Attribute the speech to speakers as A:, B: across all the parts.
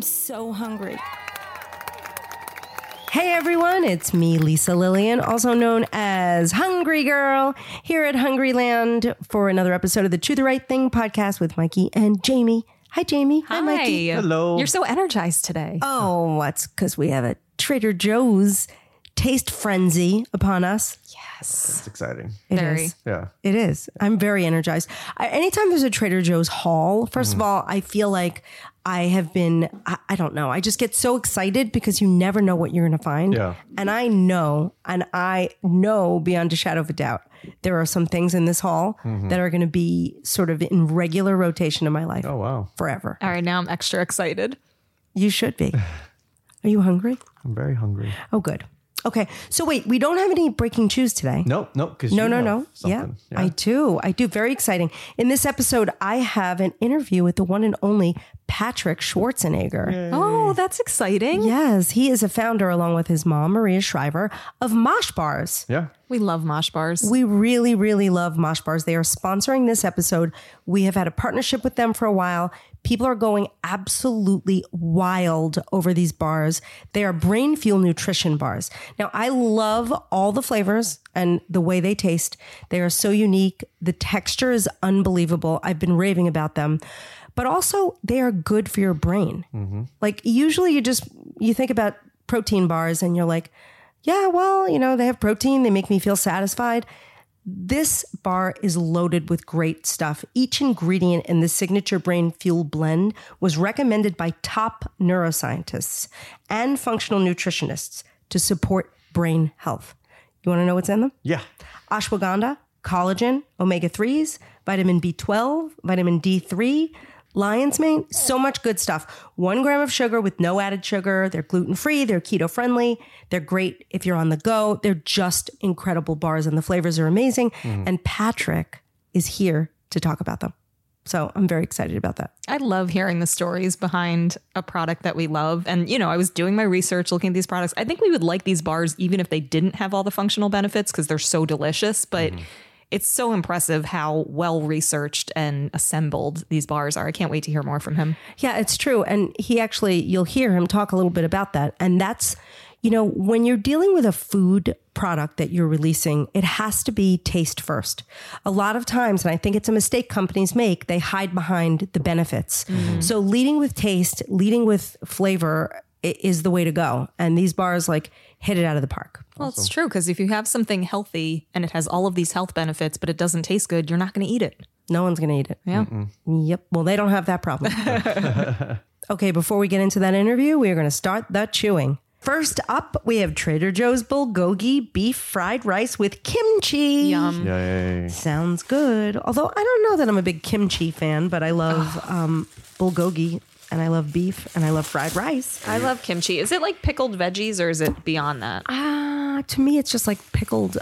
A: so hungry.
B: Hey everyone, it's me, Lisa Lillian, also known as Hungry Girl, here at Hungryland for another episode of the Chew the Right Thing podcast with Mikey and Jamie. Hi, Jamie. Hi, Mikey.
C: Hello. You're so energized today.
B: Oh, what's because we have a Trader Joe's taste frenzy upon us.
C: yes.
D: It's exciting.
B: It is.
C: Very.
D: Yeah.
B: It is. I'm very energized. I, anytime there's a Trader Joe's haul, first
D: Mm.
B: of all, I feel like I have been, I, I don't know, I just get so excited because you never know what you're going to find.
D: Yeah.
B: And I know, and I know beyond a shadow of a doubt, there are some things in this haul
D: Mm-hmm.
B: that are going to be sort of in regular rotation in my life
D: Oh wow.
B: forever.
C: All right, now I'm extra excited.
B: You should be. Are you hungry?
D: I'm very hungry.
B: Oh, good. Okay. So, wait, we don't have any breaking chews today.
D: Nope. Nope. Because
B: No, no, no. Yeah,
D: Something.
B: I do. I do. Very exciting. In this episode, I have an interview with the one and only Patrick Schwarzenegger.
C: Oh, that's exciting.
B: Yes, he is a founder, along with his mom, Maria Shriver, of Mosh Bars.
D: Yeah.
C: We love mosh bars.
B: We really, really love Mosh Bars. They are sponsoring this episode. We have had a partnership with them for a while. People are going absolutely wild over these bars. They are brain fuel nutrition bars. Now, I love all the flavors and the way they taste. They are so unique. The texture is unbelievable. I've been raving about them. But also, they are good for your brain. Like usually you just you think about protein bars and you're like, yeah, well, you know, they have protein, they make me feel satisfied. This bar is loaded with great stuff. Each ingredient in the signature brain fuel blend was recommended by top neuroscientists and functional nutritionists to support brain health. You want to know what's in them?
D: Yeah.
B: ashwagandha, collagen, omega 3s, vitamin B12, vitamin D3, lion's mane, so much good stuff. One gram of sugar with no added sugar. They're gluten free, they're keto friendly, they're great if you're on the go. They're just incredible bars, and the flavors are amazing. And Patrick is here to talk about them. So I'm very excited about that.
C: I love hearing the stories behind a product that we love. And, you know, I was doing my research looking at these products. I think we would like these bars even if they didn't have all the functional benefits because they're so delicious. But it's so impressive how well researched and assembled these bars are. I can't wait to hear more from him.
B: Yeah, it's true. And he actually, you'll hear him talk a little bit about that. And that's, you know, when you're dealing with a food product that you're releasing, it has to be taste first. A lot of times, and I think it's a mistake companies make, they hide behind the benefits. So leading with taste, leading with flavor i- is the way to go. And these bars like hit it out of the park.
C: Well, it's true because if you have something healthy and it has all of these health benefits, but it doesn't taste good, you're not going to eat it.
B: No one's going to eat it.
C: Yeah.
B: Yep. Well, they don't have that problem. okay, before we get into that interview, we are going to start the chewing. First up, we have Trader Joe's bulgogi beef fried rice with kimchi. Mm.
C: Yum.
D: Yay.
B: Sounds good. Although I don't know that I'm a big kimchi fan, but I love um, bulgogi and I love beef and I love fried rice.
C: I love kimchi. Is it like pickled veggies or is it beyond that?
B: Uh, to me, it's just like pickled.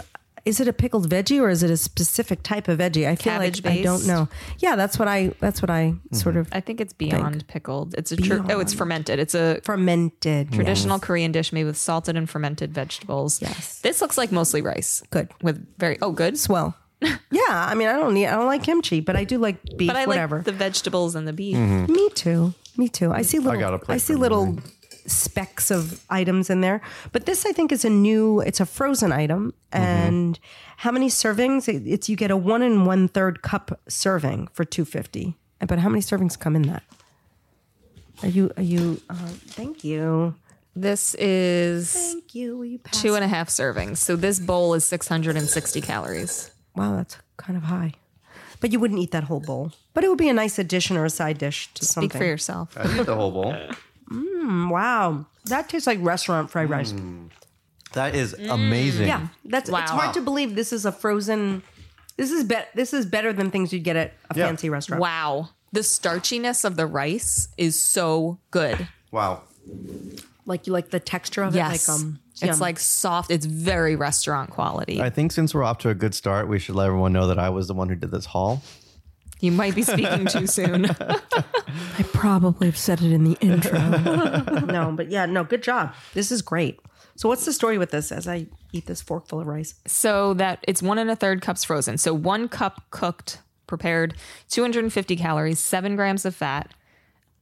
B: Is it a pickled veggie or is it a specific type of veggie? I feel like I don't
C: Cabbage-based?
B: know. Yeah, that's what I. That's what I sort of
C: I think it's beyond pickled. It's a tr- oh, it's fermented. It's a
B: fermented. yeah.
C: traditional Korean dish made with salted and fermented vegetables.
B: Yes.
C: This looks like mostly rice.
B: Good.
C: With very oh good.
B: Well, yeah. I mean, I don't need. I don't like kimchi, but I do like beef.
C: But I
B: whatever.
C: like the vegetables and the beef.
B: Me too. Me too. I see
D: got a
B: little. I,
D: plate
B: see
D: for
B: little specks of items in there, but this I think is a new. It's a frozen item,
D: Mm-hmm.
B: and how many servings? It- It's you get a one and one third cup serving for two fifty. But how many servings come in that? Are you? Are you? Uh, thank you.
C: This is
B: Thank you. Will you pass?
C: two and a half servings. So this bowl is 660 calories.
B: Wow, that's kind of high. But you wouldn't eat that whole bowl. But it would be a nice addition or a side dish to something.
C: Speak for yourself.
D: I need the whole bowl.
B: Wow, that tastes like restaurant fried rice.
D: That is amazing.
B: Yeah, that's it's
C: Wow.
B: hard to believe. This is a frozen. This is bet. This is better than things you'd get at a
D: Yeah.
B: fancy restaurant.
C: Wow. The starchiness of the rice is so good.
B: Mm.
D: Wow.
B: Like you like the texture of
C: Yes.
B: it. Like um,
C: it's
B: yum.
C: like soft. It's very restaurant quality.
D: I think since we're off to a good start, we should let everyone know that I was the one who did this haul.
C: You might be speaking too soon.
B: I probably have said it in the intro. no, but yeah, no, good job. This is great. So what's the story with this? As I eat this forkful of rice,
C: so that it's one and a third cups frozen. So one cup cooked, prepared, 250 calories, seven grams of fat.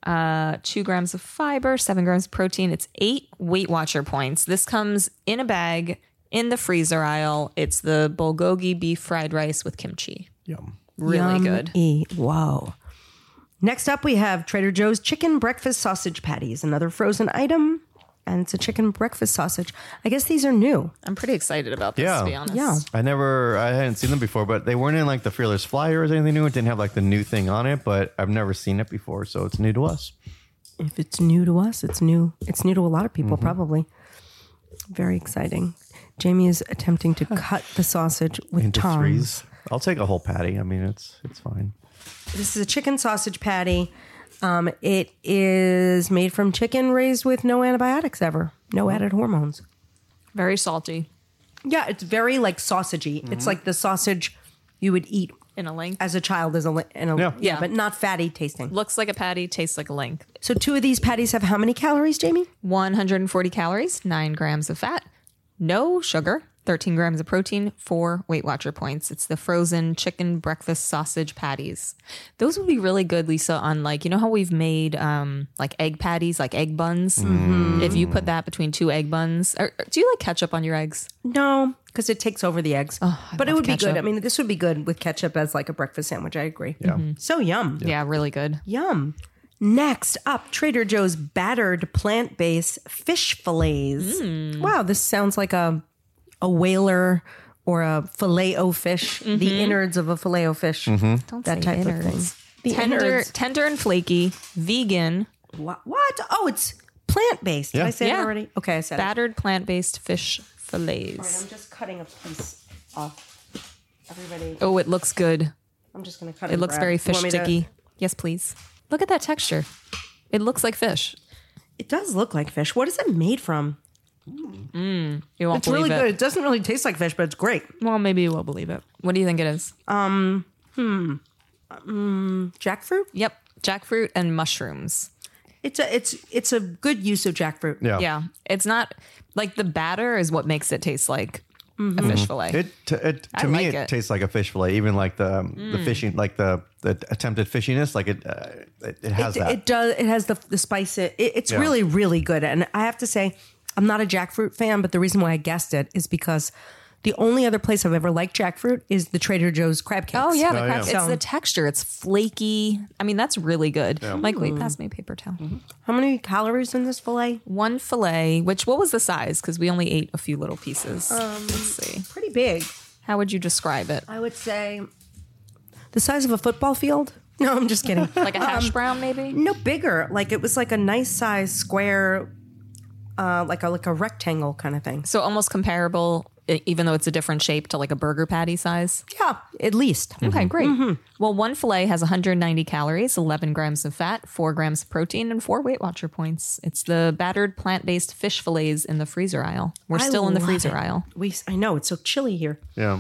C: uh, two grams of fiber, seven grams of protein. It's eight Weight Watcher points. This comes in a bag in the freezer aisle. It's the bulgogi beef fried rice with kimchi.
D: Yum.
C: Really
B: Yum
C: good.
B: E. Whoa. Next up, we have Trader Joe's chicken breakfast sausage patties, another frozen item. And it's a chicken breakfast sausage. I guess these are new.
C: I'm pretty excited about this,
D: Yeah.
C: to be honest.
B: Yeah.
D: I never, I hadn't seen them before, but they weren't in like the Fearless Flyers or anything new. It didn't have like the new thing on it, but I've never seen it before, so it's new to us.
B: If it's new to us, it's new. It's new to a lot of people, probably. Very exciting. Jamie is attempting to cut the sausage with
D: Into
B: tongs.
D: threes. I'll take a whole patty. I mean, it's it's fine.
B: This is a chicken sausage patty. Um, it is made from chicken raised with no antibiotics ever, no added hormones.
C: Very salty
B: Yeah, it's very like sausagey. It's like the sausage you would eat
C: in a link.
B: as a child as a, li- in a
D: Yeah.
B: yeah,
C: Yeah.
B: but not fatty tasting.
C: Looks like a patty, tastes like a link.
B: So two of these patties have how many calories, Jamie?
C: 140 calories, 9 grams of fat, no sugar, 13 grams of protein, 4 Weight Watcher points. It's the frozen chicken breakfast sausage patties. Those would be really good, Lisa, on like, you know how we've made um, like egg patties, like egg buns? If you put that between two egg buns, or, or do you like ketchup on your eggs?
B: No, because it takes over the eggs. but it
C: love
B: would be
C: ketchup.
B: good. I mean, this would be good with ketchup as like a breakfast sandwich. I agree. Yeah. So yum.
C: Yeah, really good.
B: Yum. Next up, Trader Joe's battered plant based fish fillets.
C: Hmm.
B: Wow, this sounds like a a whaler or a filet o fish,
C: Mm-hmm.
B: the innards of a filet o fish.
C: Don't
B: That
C: say
B: type of
C: innards.
B: thing. The
C: Tender,
B: innards.
C: tender and flaky, vegan,
B: Wha- What? Oh, it's plant based. Did
D: Yeah.
B: I say it
C: Yeah.
B: already? Okay, I said it.
C: battered plant based fish
B: Right,
C: fillets.
B: I'm just cutting a piece off. Everybody,
C: Oh, it looks good.
B: I'm just going to cut
C: It looks very fish sticky. Yes, please. Look at that texture. It looks like fish.
B: It does look like fish. What is it made from?
C: You won't
B: It's
C: believe
B: really
C: it.
B: good. It doesn't really taste like fish, but it's great.
C: Well, maybe you will believe it. What do you think it is?
B: Jackfruit?
C: Yep, jackfruit and mushrooms.
B: It's a it's it's a good use of jackfruit.
D: Yeah.
C: Yeah, it's not like the batter is what makes it taste like a fish fillet.
D: It to, it, to
C: I
D: me
C: like
D: it,
C: it.
D: tastes like a fish fillet, even like the um, the
B: Mm.
D: fishing, like the the attempted fishiness, like it uh, it, it has
B: It,
D: that.
B: it does. It has the the spice. It, it- it's
D: Yeah.
B: really really good. And I have to say, I'm not a jackfruit fan, but the reason why I guessed it is because the only other place I've ever liked jackfruit is the Trader Joe's crab cakes.
C: oh yeah, the
D: Oh,
C: crab-
D: yeah.
C: it's the texture. It's flaky. I mean, that's really good. Mike, wait, pass me a paper towel.
D: Mm-hmm.
B: How many calories in this fillet?
C: One fillet, which what was the size? Because we only ate a few little pieces. Let's see.
B: Pretty big.
C: How would you describe it?
B: I would say the size of a football field. No, I'm just kidding.
C: Like a hash brown, maybe.
B: no bigger. Like it was like a nice size square, uh, like a like a rectangle kind of thing.
C: So almost comparable, e- even though it's a different shape to like a burger patty size.
B: Yeah, at least.
C: Okay, great. Well, one filet has 190 calories, 11 grams of fat, 4 grams of protein, and 4 Weight Watcher points. It's the battered plant based fish filets in the freezer aisle. We're
B: I
C: still in the
B: love
C: freezer
B: it.
C: aisle.
B: We I know it's so chilly here.
D: yeah.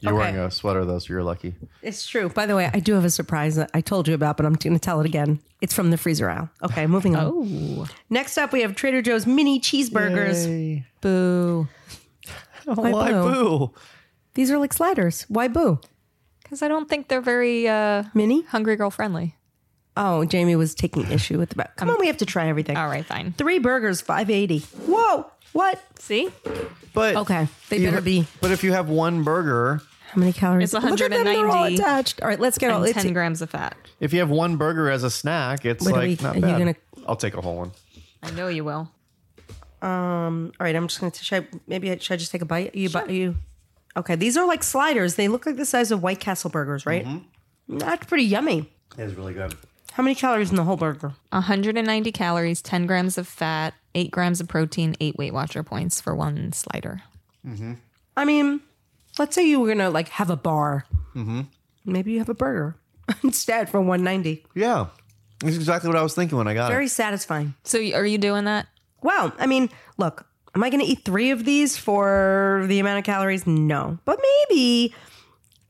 D: You're wearing a sweater though, so you're lucky.
B: It's true. By the way, I do have a surprise that I told you about, but I'm going to tell it again. It's from the freezer aisle. Okay, moving on.
C: Ooh.
B: Next up, we have Trader Joe's mini cheeseburgers.
D: Yay.
C: Boo.
D: Oh, Why boo?
B: These are like sliders. Why boo?
C: Because I don't think they're very uh,
B: Mini?
C: hungry girl friendly.
B: Oh, Jamie was taking issue with the back. Come on, we have to try everything.
C: All right, fine.
B: Three burgers, 580. Whoa, what?
C: See?
D: But
B: Okay, they
D: you
B: better
D: ha-
B: be.
D: But if you have one burger,
B: How many calories?
C: It's
B: Look at them, they're all
C: 190.
B: attached. All right, let's get all.
C: And
B: It's,
C: 10 grams of fat.
D: if you have one burger as a snack, it's
B: What are
D: like
B: we-
D: not
B: are you
D: bad.
B: gonna-
D: I'll take a whole one.
C: I know you will.
B: all right, I'm just going to, should I, maybe I, should I just take a bite? You, bite you. Okay, these are like sliders. They look like the size of White Castle burgers, right?
C: Mm-hmm.
B: That's pretty yummy.
D: It is really good.
B: How many calories in the whole burger?
C: 190 calories, 10 grams of fat, 8 grams of protein, 8 Weight Watcher points for one slider.
B: I mean, let's say you were gonna like have a bar.
C: Mm-hmm.
B: Maybe you have a burger instead for one ninety.
D: Yeah. That's exactly what I was thinking when I got
B: Very
D: it.
B: satisfying.
C: So y- are you doing that?
B: Wow. I mean, look, am I gonna eat three of these for the amount of calories? No, but maybe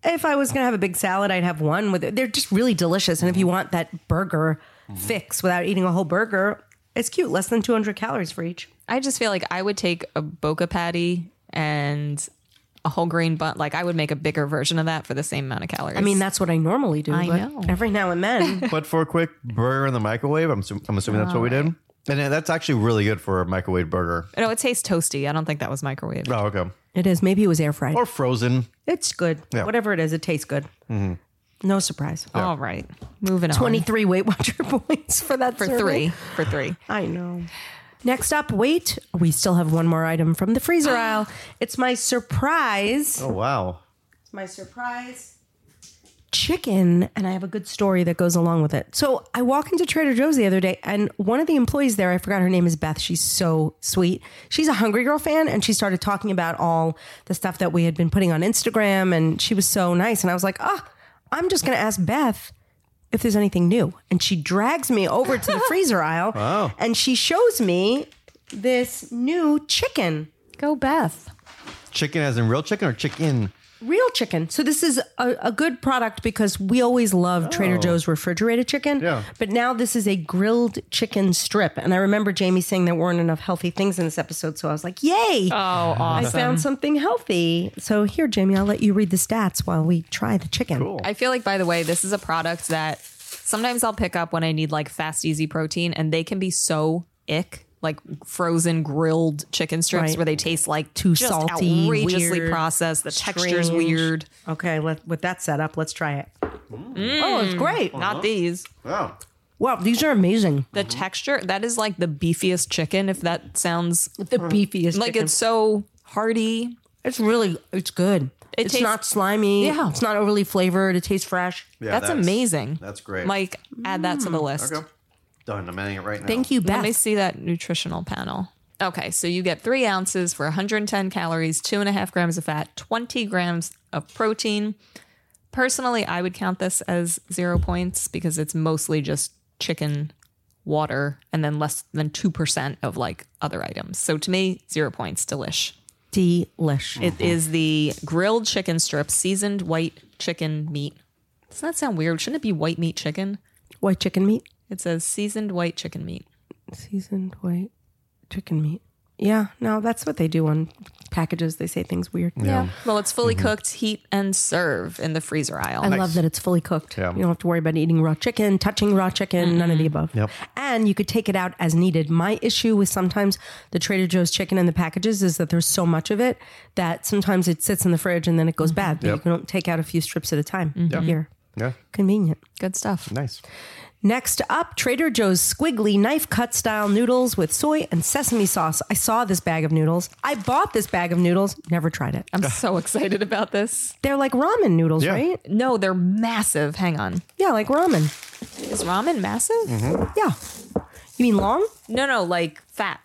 B: if I was gonna have a big salad, I'd have one with it. They're just really delicious, and if you want that burger fix without eating a whole burger, it's cute. Less than two hundred calories for each.
C: I just feel like I would take a boca patty and a whole grain bun. Like I would make a bigger version of that for the same amount of calories.
B: I mean, that's what I normally do.
C: I
B: but
C: know.
B: Every now and then.
D: but for a quick burger in the microwave, I'm, assum- I'm assuming that's what we did. And then that's actually really good for a microwave burger.
C: Oh, no, it tastes toasty. I don't think that was microwave.
D: Oh, okay.
B: it is. Maybe it was air fried.
D: Or frozen.
B: It's good.
D: Yeah. Mm-hmm. Oh.
B: Whatever it is, it tastes good. No surprise.
C: All right, moving on.
B: 23 Weight Watcher points for that
C: for
B: survey.
C: three for three.
B: I know. Next up, wait, we still have one more item from the freezer aisle. It's my surprise.
D: Oh, wow.
B: It's my surprise chicken, and I have a good story that goes along with it. So I walk into Trader Joe's the other day, and one of the employees there, I forgot her name is Beth. She's so sweet. She's a Hungry Girl fan, and she started talking about all the stuff that we had been putting on Instagram, and she was so nice. And I was like, oh, I'm just going to ask Beth if there's anything new. And she drags me over to the freezer aisle, and she shows me this new chicken.
C: Go Beth.
D: Chicken as in real chicken or chicken?
B: Real chicken. So this is a, a good product because we always love Trader Joe's refrigerated chicken.
D: Oh. Yeah.
B: But now this is a grilled chicken strip. And I remember Jamie saying there weren't enough healthy things in this episode. So I was like, yay.
C: Oh,
B: I
C: awesome.
B: found something healthy. So here, Jamie, I'll let you read the stats while we try the chicken.
D: Cool.
C: I feel like, by the way, this is a product that sometimes I'll pick up when I need like fast, easy protein, and they can be so ick, like frozen grilled chicken strips
B: Right.
C: where they taste like
B: Too
C: just
B: salty,
C: outrageously
B: weird,
C: processed. The texture's
B: strange.
C: weird.
B: Okay, let, with that set up, let's try it. Oh, it's great.
D: Mm.
C: Not these.
D: Wow.
B: Wow, these are amazing.
D: Mm-hmm.
C: The texture that is like the beefiest chicken. If that sounds
B: The beefiest
C: like
B: chicken.
C: it's so hearty.
B: Mm. It's really, it's good.
C: It
B: it's
C: tastes-
B: not slimy.
C: Yeah.
B: It's not overly flavored. It tastes fresh.
D: Yeah,
C: that's, amazing.
D: That's great. Mm.
C: Mike, add that to the list.
D: Okay. Done. I'm adding it right now.
B: Thank you,
C: Let me
B: Beth.
C: see that nutritional panel. Okay, so you get three ounces for 110 calories, two and a half grams of fat, 20 grams of protein. Personally, I would count this as zero points because it's mostly just chicken, water, and then less than 2% of like other items. So to me, zero points, delish.
B: Delish.
D: Mm-hmm.
C: It is the grilled chicken strip, seasoned white chicken meat. Doesn't that sound weird? Shouldn't it be white meat chicken?
B: White chicken meat.
C: It says seasoned white chicken meat.
B: Seasoned white chicken meat. Yeah, no, that's what they do on packages. They say things weird.
C: Yeah. Well, it's fully
D: Mm-hmm.
C: cooked, heat and serve in the freezer aisle.
B: I love that it's fully cooked.
D: Yeah.
B: You don't have to worry about eating raw chicken, touching raw chicken, none of the above.
D: Yep.
B: And you could take it out as needed. My issue with sometimes the Trader Joe's chicken in the packages is that there's so much of it that sometimes it sits in the fridge and then it goes bad. But
D: Yep.
B: you can take out a few strips at a time here.
D: Yeah.
B: Convenient.
C: Good stuff.
D: Nice.
B: Next up, Trader Joe's squiggly knife cut style noodles with soy and sesame sauce. I saw this bag of noodles. I bought this bag of noodles, never tried it.
C: I'm so excited about this.
B: They're like ramen noodles,
D: Yeah.
B: right?
C: No, they're massive. Hang on.
B: Yeah, like ramen.
C: Is ramen massive?
D: Mm-hmm.
B: Yeah. You mean long?
C: No, no, like fat.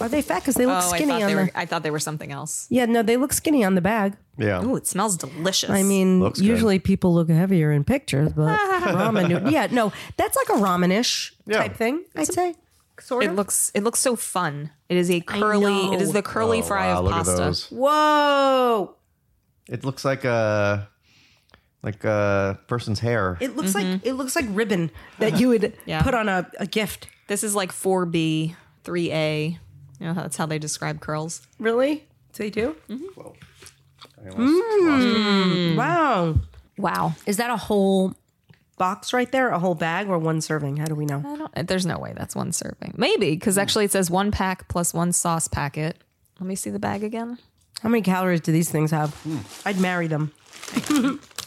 B: Are they fat? Because they look
C: oh, I
B: skinny
C: thought
B: on
C: they
B: the.
C: were I thought they were something else.
B: Yeah, no, they look skinny on the bag.
D: Yeah.
C: Ooh, it smells delicious.
B: I mean,
D: Looks good.
B: usually people look heavier in pictures, but ramen noodle. Yeah, no, that's like a ramen-ish
D: Yeah.
B: type thing. I'd say. Sort
C: it
B: of.
C: looks it looks so fun. It is a curly
B: know.
C: it is the curly
D: Oh,
C: fry
D: wow,
C: of
D: look
C: pasta.
D: At those.
B: Whoa!
D: It looks like a like a person's hair.
B: It looks like it looks like ribbon that you would
C: Mm-hmm. Yeah.
B: put on a, a gift.
C: This is like 4B, 3A. You know, that's how they describe curls.
B: Really? They do?
C: Mm.
D: Whoa. I almost lost it.
B: Wow.
C: Wow.
B: Is that a whole box right there? A whole bag or one serving? How do we know?
C: I don't, there's no way that's one serving. Maybe, because actually it says one pack plus one sauce packet. Let me see the bag again.
B: How many calories do these things have?
C: Hmm.
B: I'd marry them.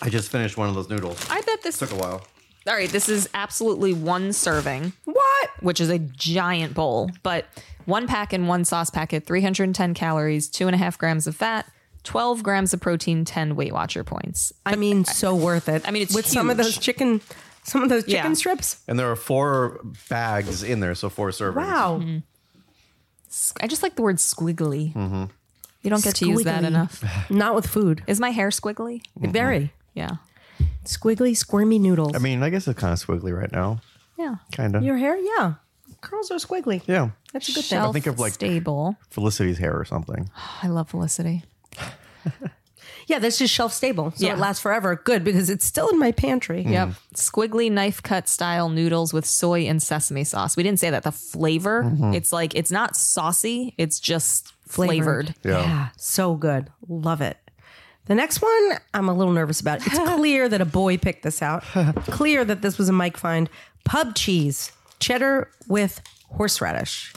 D: I just finished one of those noodles.
C: I bet this.
D: Took a while.
C: All right, this is absolutely one serving,
B: What?
C: which is a giant bowl, but one pack and one sauce packet, 310 calories, two and a half grams of fat, 12 grams of protein, 10 Weight Watcher points.
B: I mean, so worth it. I
C: mean, it's
B: with some of
C: huge.
B: those chicken, some of those chicken
C: Yeah.
B: strips.
D: And there are four bags in there, so four servings.
B: Wow.
C: Mm-hmm. I just like the word squiggly. You don't get to use that
B: Squiggly.
C: enough.
B: Not with food.
C: Is my hair squiggly?
B: Very
C: Yeah.
B: squiggly, squirmy noodles.
D: I mean, I guess it's kind of squiggly right now.
C: Yeah.
D: Kind of.
B: Your hair, yeah, curls are squiggly.
D: Yeah.
B: That's a good thing.
C: Shelf
D: think of, like-
C: stable.
D: Felicity's hair or something.
C: I love Felicity.
B: Yeah, that's just shelf stable, so
C: Yeah.
B: it lasts forever. Good because it's still in my pantry.
C: Yep. Squiggly knife cut style noodles with soy and sesame sauce. We didn't say that. The flavor, it's like, it's not saucy. It's just flavored.
B: Yeah.
D: Yeah.
B: so good. Love it. The next one, I'm a little nervous about. It's clear that a boy picked this out. clear that this was a Mike find. Pub cheese, cheddar with horseradish.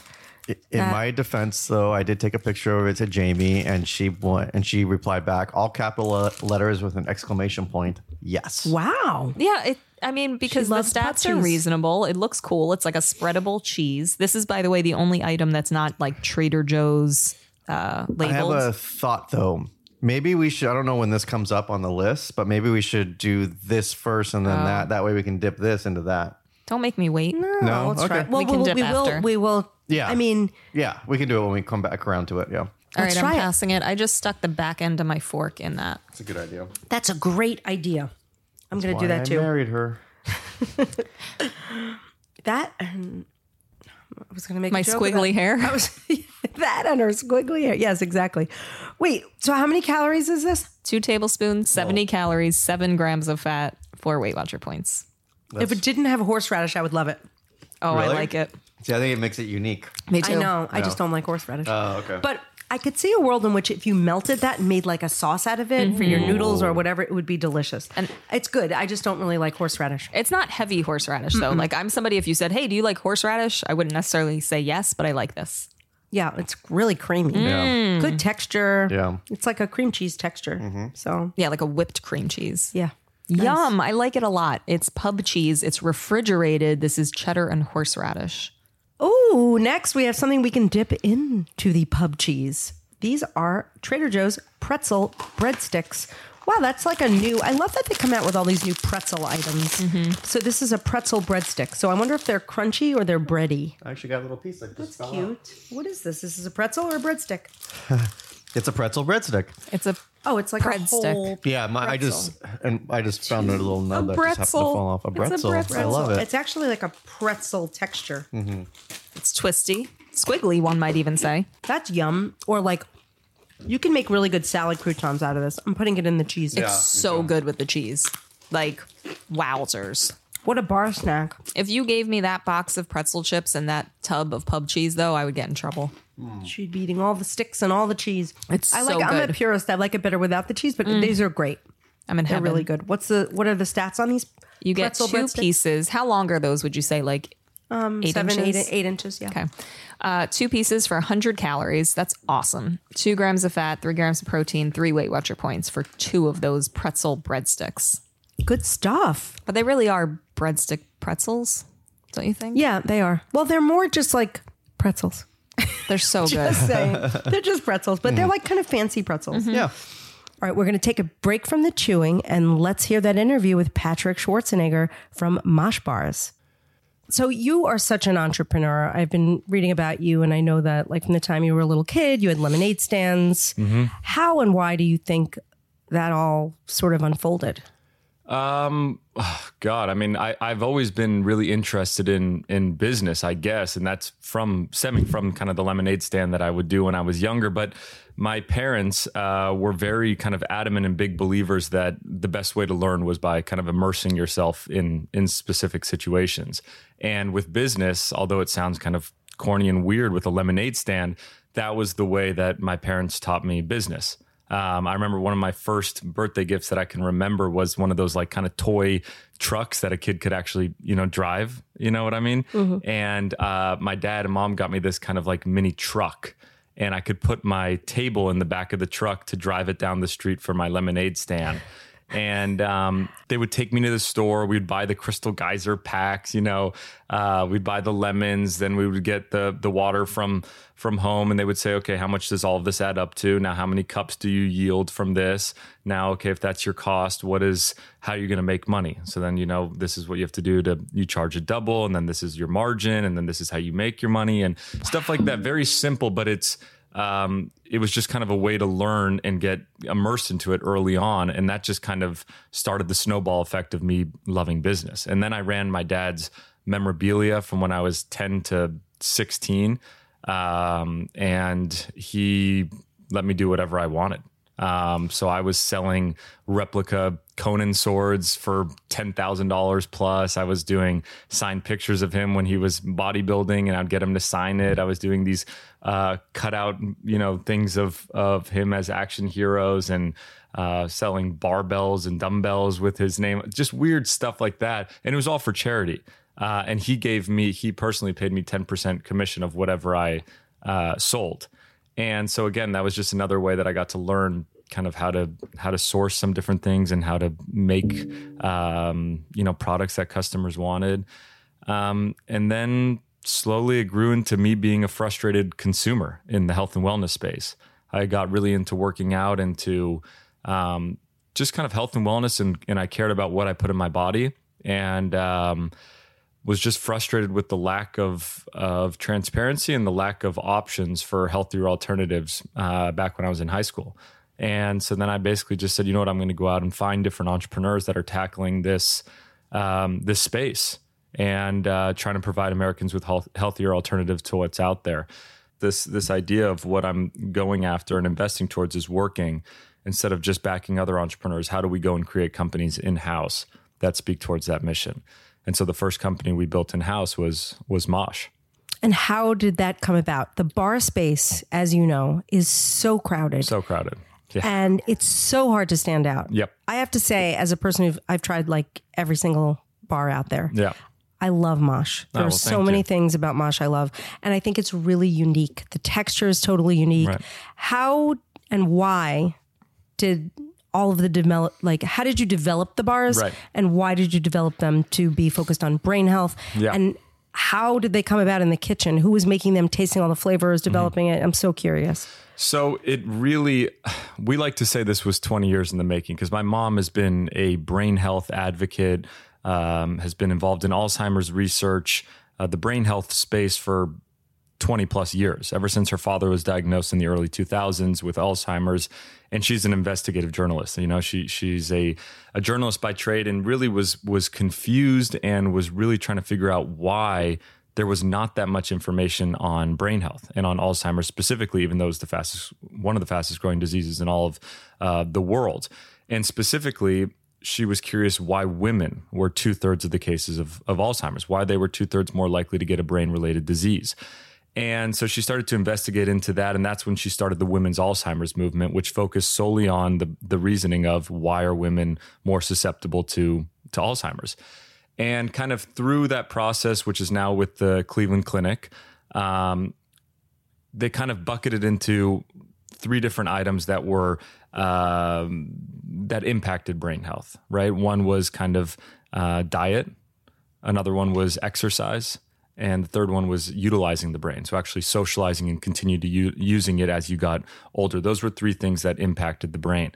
D: In my defense, though, I did take a picture of it to Jamie, and she wa- and she replied back, all capital le- letters with an exclamation point. Yes.
B: Wow.
C: Yeah, it, I mean, because the
B: loves pop
C: stats are
B: cheese.
C: reasonable. It looks cool. It's like a spreadable cheese. This is, by the way, the only item that's not like Trader Joe's uh,
D: I have
C: labeled.
D: a thought though. Maybe we should. I don't know when this comes up on the list, but maybe we should do this first, and then
B: Oh.
D: that. That way, we can dip this into that.
C: Don't make me wait.
D: No,
B: let's
D: Oh, okay.
B: try. Well,
C: We can dip
B: we will.
C: after.
B: We will.
D: Yeah.
B: I mean,
D: Yeah, we can do it when we come back around to it. Yeah,
C: All
B: Let's
C: right, I'm
B: try it.
C: passing it. I just stuck the back end of my fork in that.
D: it's a good idea.
B: that's a great idea. I'm going to do
D: I
B: that too.
D: married her.
B: that. and- I was going to make
C: My
B: a joke
C: squiggly
B: about-
C: hair.
B: I was that and her squiggly hair. Yes, exactly. Wait. So how many calories is this?
C: Two tablespoons, 70 calories, seven grams of fat, four Weight Watcher points.
B: If it didn't have horseradish, I would love it.
C: Oh, I
D: Really?
C: like it.
D: See, I think it makes it unique.
C: Me too.
B: I know. I just don't like horseradish.
D: Oh, okay.
B: But I could see a world in which if you melted that and made like a sauce out of it for
D: Mm-hmm.
B: your noodles or whatever, it would be delicious. And it's good. I just don't really like horseradish.
C: It's not heavy horseradish though. Like I'm somebody if you said, "Hey, do you like horseradish?" I wouldn't necessarily say yes, but I like this.
B: Yeah, it's really creamy.
D: yeah,
B: Good texture.
D: Yeah. Mm-hmm.
B: It's like a cream cheese texture. So,
C: Yeah, like a whipped cream cheese.
B: yeah.
C: Yum. I like it a lot. It's pub cheese. It's refrigerated. This is cheddar and horseradish.
B: Oh, next we have something we can dip into the pub cheese. These are Trader Joe's pretzel breadsticks. Wow, that's like a new. I love that they come out with all these new pretzel items. So this is a pretzel breadstick. So I wonder if they're crunchy or they're bready.
D: I actually got a little piece like this.
B: Cute. What is this? This is a pretzel or a breadstick?
D: It's a pretzel breadstick.
C: It's a
B: Oh, it's like a
C: Breadstick.
B: whole.
D: Yeah, my, I just and I just found a little nub that just happened to
C: pretzel.
D: fall off a
C: It's a
D: pretzel. I
C: pretzel.
D: love it. Mm.
B: It's actually like a pretzel texture.
C: it's twisty, squiggly. One might even say.
B: That's yum. Or like, you can make really good salad croutons out of this. I'm putting it in the cheese.
D: Yeah.
C: So good with the cheese. Like wowzers.
B: What a bar snack.
C: If you gave me that box of pretzel chips and that tub of pub cheese, though, I would get in trouble.
B: She'd be eating all the sticks and all the cheese.
C: It's
B: I like.
C: so
B: I'm a
C: good. Mm.
B: purist. I like it better without the cheese, but these are great.
C: I'm in
B: They're
C: heaven.
B: really good. What's the? What are the stats on these?
C: You get
B: pretzel
C: two
B: breadsticks?
C: pieces. How long are those? Would you say like um, eight
B: Seven, eight,
C: inches?
B: eight inches. Yeah.
C: Okay. Uh, two pieces for 100 calories. That's awesome. Two grams of fat, three grams of protein, three Weight Watcher points for two of those pretzel breadsticks.
B: Good stuff.
C: But they really are breadstick pretzels, don't you think?
B: Yeah, they are. Well, they're more just like pretzels.
C: They're so good.
B: Saying. they're just pretzels, but they're
C: Mm.
B: like kind of fancy pretzels.
D: yeah.
B: All right, we're going to take a break from the chewing and let's hear that interview with Patrick Schwarzenegger from Mosh Bars. So you are such an entrepreneur. I've been reading about you and I know that like from the time you were a little kid, you had lemonade stands.
A: Mm-hmm.
B: How and why do you think that all sort of unfolded?
A: God, I mean, I, I've always been really interested in in business, I guess, and that's from stemming from kind of the lemonade stand that I would do when I was younger. But my parents uh, were very kind of adamant and big believers that the best way to learn was by kind of immersing yourself in in specific situations. And with business, although it sounds kind of corny and weird with a lemonade stand, that was the way that my parents taught me business. Um, I remember one of my first birthday gifts that I can remember was one of those like kind of toy trucks that a kid could actually, you know, drive. You know what I mean? And uh, my dad and mom got me this kind of like mini truck. And I could put my table in the back of the truck to drive it down the street for my lemonade stand. And um, they would take me to the store. We'd buy the crystal geyser packs, you know. Uh, we'd buy the lemons. Then we would get the the water from from home, and they would say, "Okay, how much does all of this add up to? Now, how many cups do you yield from this? Now, okay, if that's your cost, what is how you're going to make money? So then you know this is what you have to do to you charge a double, and then this is your margin, and then this is how you make your money, and stuff like that. Very simple, but it's um, it was just kind of a way to learn and get immersed into it early on. And that just kind of started the snowball effect of me loving business. And then I ran my dad's memorabilia from when I was 10 to 16. Um, and he let me do whatever I wanted. Um, so I was selling replica Conan swords for ten thousand dollars plus. I was doing signed pictures of him when he was bodybuilding, and I'd get him to sign it. I was doing these uh, cutout, you know, things of of him as action heroes, and uh, selling barbells and dumbbells with his name. Just weird stuff like that, and it was all for charity. Uh, and he gave me, he personally paid me ten percent commission of whatever I uh, sold. And so again, that was just another way that I got to learn kind of how to how to source some different things and how to make um, you know products that customers wanted. Um, and then slowly it grew into me being a frustrated consumer in the health and wellness space. I got really into working out, into um, just kind of health and wellness, and, and I cared about what I put in my body. And um, was just frustrated with the lack of of transparency and the lack of options for healthier alternatives uh, back when I was in high school. And so then I basically just said, you know what, I'm going to go out and find different entrepreneurs that are tackling this um, this space and uh, trying to provide Americans with health, healthier alternatives to what's out there. This this idea of what I'm going after and investing towards is working instead of just backing other entrepreneurs. How do we go and create companies in house that speak towards that mission? And so the first company we built in house was was Mosh.
B: And how did that come about? The bar space, as you know, is so crowded.
A: So crowded. Yeah.
B: and it's so hard to stand out.
A: Yep.
B: I have to say, as a person who I've tried like every single bar out there,
A: Yeah.
B: I love Mosh. There are
A: Ah, well,
B: so
A: thank
B: many
A: you.
B: things about Mosh I love, and I think it's really unique. The texture is totally unique.
A: Right.
B: How and why did all of the develop like how did you develop the bars
A: Right.
B: and why did you develop them to be focused on brain health
A: Yeah.
B: and how did they come about in the kitchen who was making them tasting all the flavors
A: Mm-hmm.
B: developing it i'm so curious
A: So it really, we like to say this was 20 years in the making because my mom has been a brain health advocate, um, has been involved in Alzheimer's research, uh, the brain health space for 20 plus years, ever since her father was diagnosed in the early 2000s with Alzheimer's. And she's an investigative journalist. You know, she she's a, a journalist by trade and really was was confused and was really trying to figure out why there was not that much information on brain health and on Alzheimer's specifically, even though it's the fastest one of the fastest growing diseases in all of uh, the world. And specifically, she was curious why women were two thirds of the cases of, of Alzheimer's, why they were two thirds more likely to get a brain related disease. And so she started to investigate into that. And that's when she started the women's Alzheimer's movement, which focused solely on the, the reasoning of why are women more susceptible to, to Alzheimer's. And kind of through that process, which is now with the Cleveland Clinic, um, they kind of bucketed into three different items that were um, that impacted brain health. Right, one was kind of uh, diet, another one was exercise, and the third one was utilizing the brain. So actually socializing and continue to u- using it as you got older. Those were three things that impacted the brain.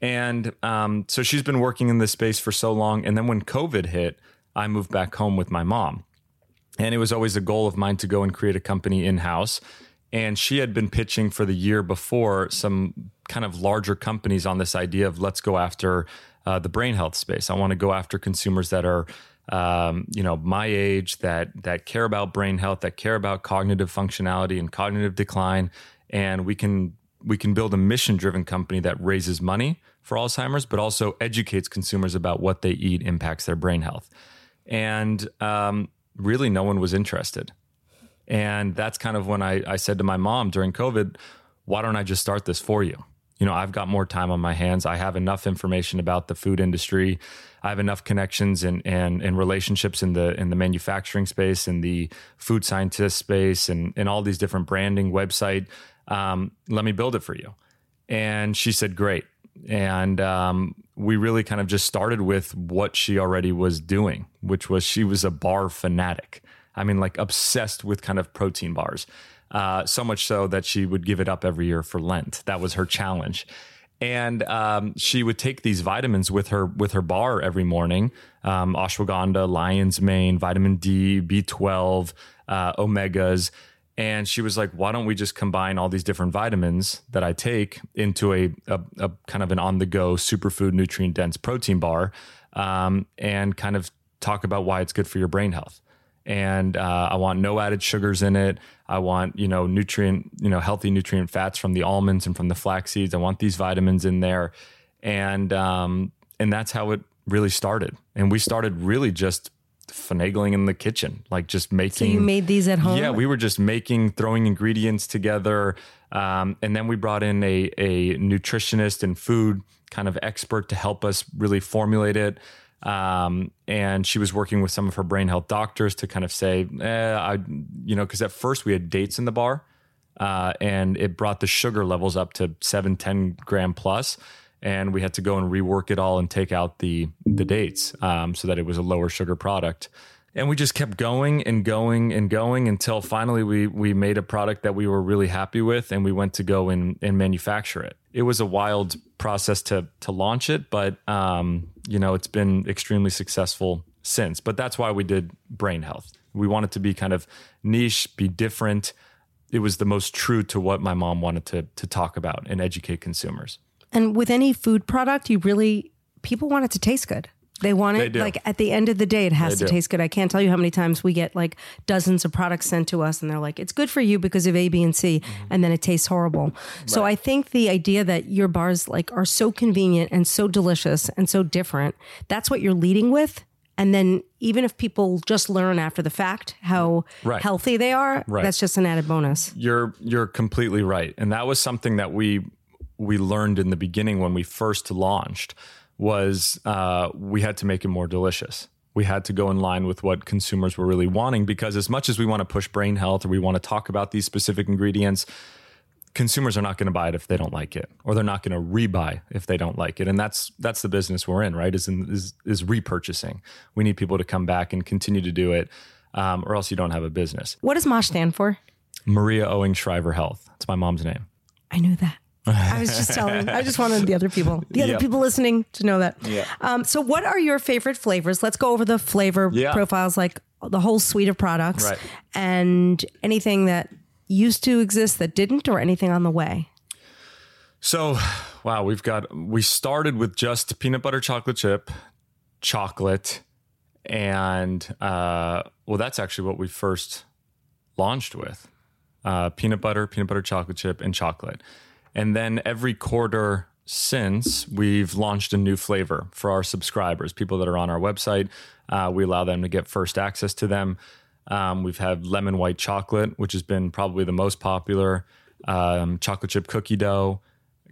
A: And um, so she's been working in this space for so long. And then when COVID hit, I moved back home with my mom. And it was always a goal of mine to go and create a company in house. And she had been pitching for the year before some kind of larger companies on this idea of let's go after uh, the brain health space. I want to go after consumers that are, um, you know, my age that that care about brain health, that care about cognitive functionality and cognitive decline, and we can we can build a mission driven company that raises money for Alzheimer's, but also educates consumers about what they eat impacts their brain health and um, really no one was interested and that's kind of when I, I said to my mom during covid why don't i just start this for you you know i've got more time on my hands i have enough information about the food industry i have enough connections and and, and relationships in the in the manufacturing space in the food scientist space and and all these different branding website um, let me build it for you and she said great and um, we really kind of just started with what she already was doing which was she was a bar fanatic i mean like obsessed with kind of protein bars uh, so much so that she would give it up every year for lent that was her challenge and um, she would take these vitamins with her with her bar every morning um, ashwagandha lion's mane vitamin d b12 uh, omegas and she was like, "Why don't we just combine all these different vitamins that I take into a a, a kind of an on the go superfood nutrient dense protein bar, um, and kind of talk about why it's good for your brain health." and uh, I want no added sugars in it. I want you know nutrient, you know healthy nutrient fats from the almonds and from the flax seeds. I want these vitamins in there, and um, and that's how it really started. And we started really just finagling in the kitchen, like just making.
B: So you made these at home?
A: Mm. Yeah, we were just making, throwing ingredients together, um, and then we brought in a a nutritionist and food kind of expert to help us really formulate it. Um, and she was working with some of her brain health doctors to kind of say, eh, I, you know, because at first we had dates in the bar, uh, and it brought the sugar levels up to seven, 10 gram plus, and we had to go and rework it all and take out the the dates um, so that it was a lower sugar product. And we just kept going and going and going until finally we we made a product that we were really happy with, and we went to go and and manufacture it. It was a wild process to to launch it, but um, you know it's been extremely successful since. But that's why we did brain health. We wanted to be kind of niche, be different. It was the most true to what my mom wanted to to talk about and educate consumers.
B: And with any food product, you really people want it to taste good. They want it
A: do.
B: like at the end of the day, it has
A: They
B: to
A: do.
B: taste good. I can't tell you how many times we get like dozens of products sent to us, and they're like, "It's good for you because of A, B, and C,"
A: Mm-hmm.
B: and then it tastes horrible. So I think the idea that your bars like are so convenient and so delicious and so different, that's what you're leading with. And then even if people just learn after the fact how
A: Right.
B: healthy they are,
A: Right.
B: that's just an added bonus.
A: You're you're completely right, and that was something that we we learned in the beginning when we first launched was uh, we had to make it more delicious. We had to go in line with what consumers were really wanting because as much as we want to push brain health or we want to talk about these specific ingredients, consumers are not going to buy it if they don't like it, or they're not going to rebuy if they don't like it. And that's that's the business we're in, right? Is in, is is repurchasing. We need people to come back and continue to do it, um, or else you don't have a business.
B: What does Mosh stand for?
A: Maria Owing Shriver Health. That's my mom's name.
B: I knew that. I was just telling. I just wanted the other people, the other
A: Yep.
B: people listening, to know that. Um, so, what are your favorite flavors? Let's go over the flavor
A: Yeah.
B: profiles, like the whole suite of products,
A: Right.
B: and anything that used to exist that didn't, or anything on the way.
A: So, wow, we've got we started with just peanut butter chocolate chip, chocolate, and uh, well, that's actually what we first launched with uh, peanut butter, peanut butter chocolate chip, and chocolate. And then every quarter since, we've launched a new flavor for our subscribers, people that are on our website. Uh, we allow them to get first access to them. Um, we've had lemon white chocolate, which has been probably the most popular, um, chocolate chip cookie dough,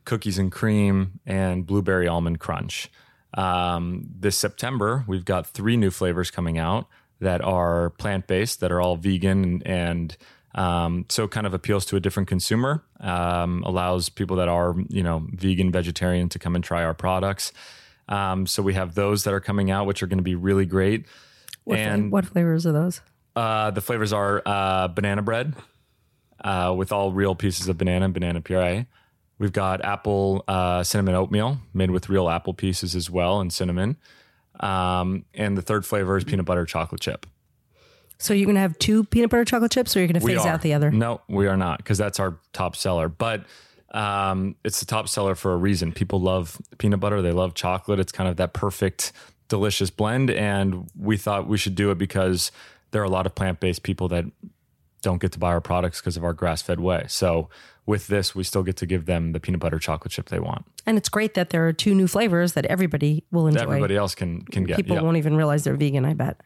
A: cookies and cream, and blueberry almond crunch. Um, this September, we've got three new flavors coming out that are plant based, that are all vegan, and, and um, so kind of appeals to a different consumer. Um, allows people that are you know vegan, vegetarian to come and try our products. Um, so we have those that are coming out, which are going to be really great.
B: What, fla-
A: and
B: what flavors are those?
A: uh, the flavors are uh, banana bread uh, with all real pieces of banana and banana puree. We've got apple uh, cinnamon oatmeal made with real apple pieces as well and cinnamon. Um, and the third flavor is peanut butter chocolate chip.
B: So, you're gonna have two peanut butter chocolate chips, or you're gonna
A: We
B: phase
A: are. Mm.
B: out the other.
A: No, we are not because that's our top seller. But um, it's the top seller for a reason. People love peanut butter. They love chocolate. It's kind of that perfect, delicious blend. And we thought we should do it because there are a lot of plant based people that don't get to buy our products because of our grass fed way. So with this, we still get to give them the peanut butter chocolate chip they want.
B: And it's great that there are two new flavors that everybody will enjoy.
A: Everybody else can can get.
B: People
A: yeah.
B: won't even realize they're vegan. I bet.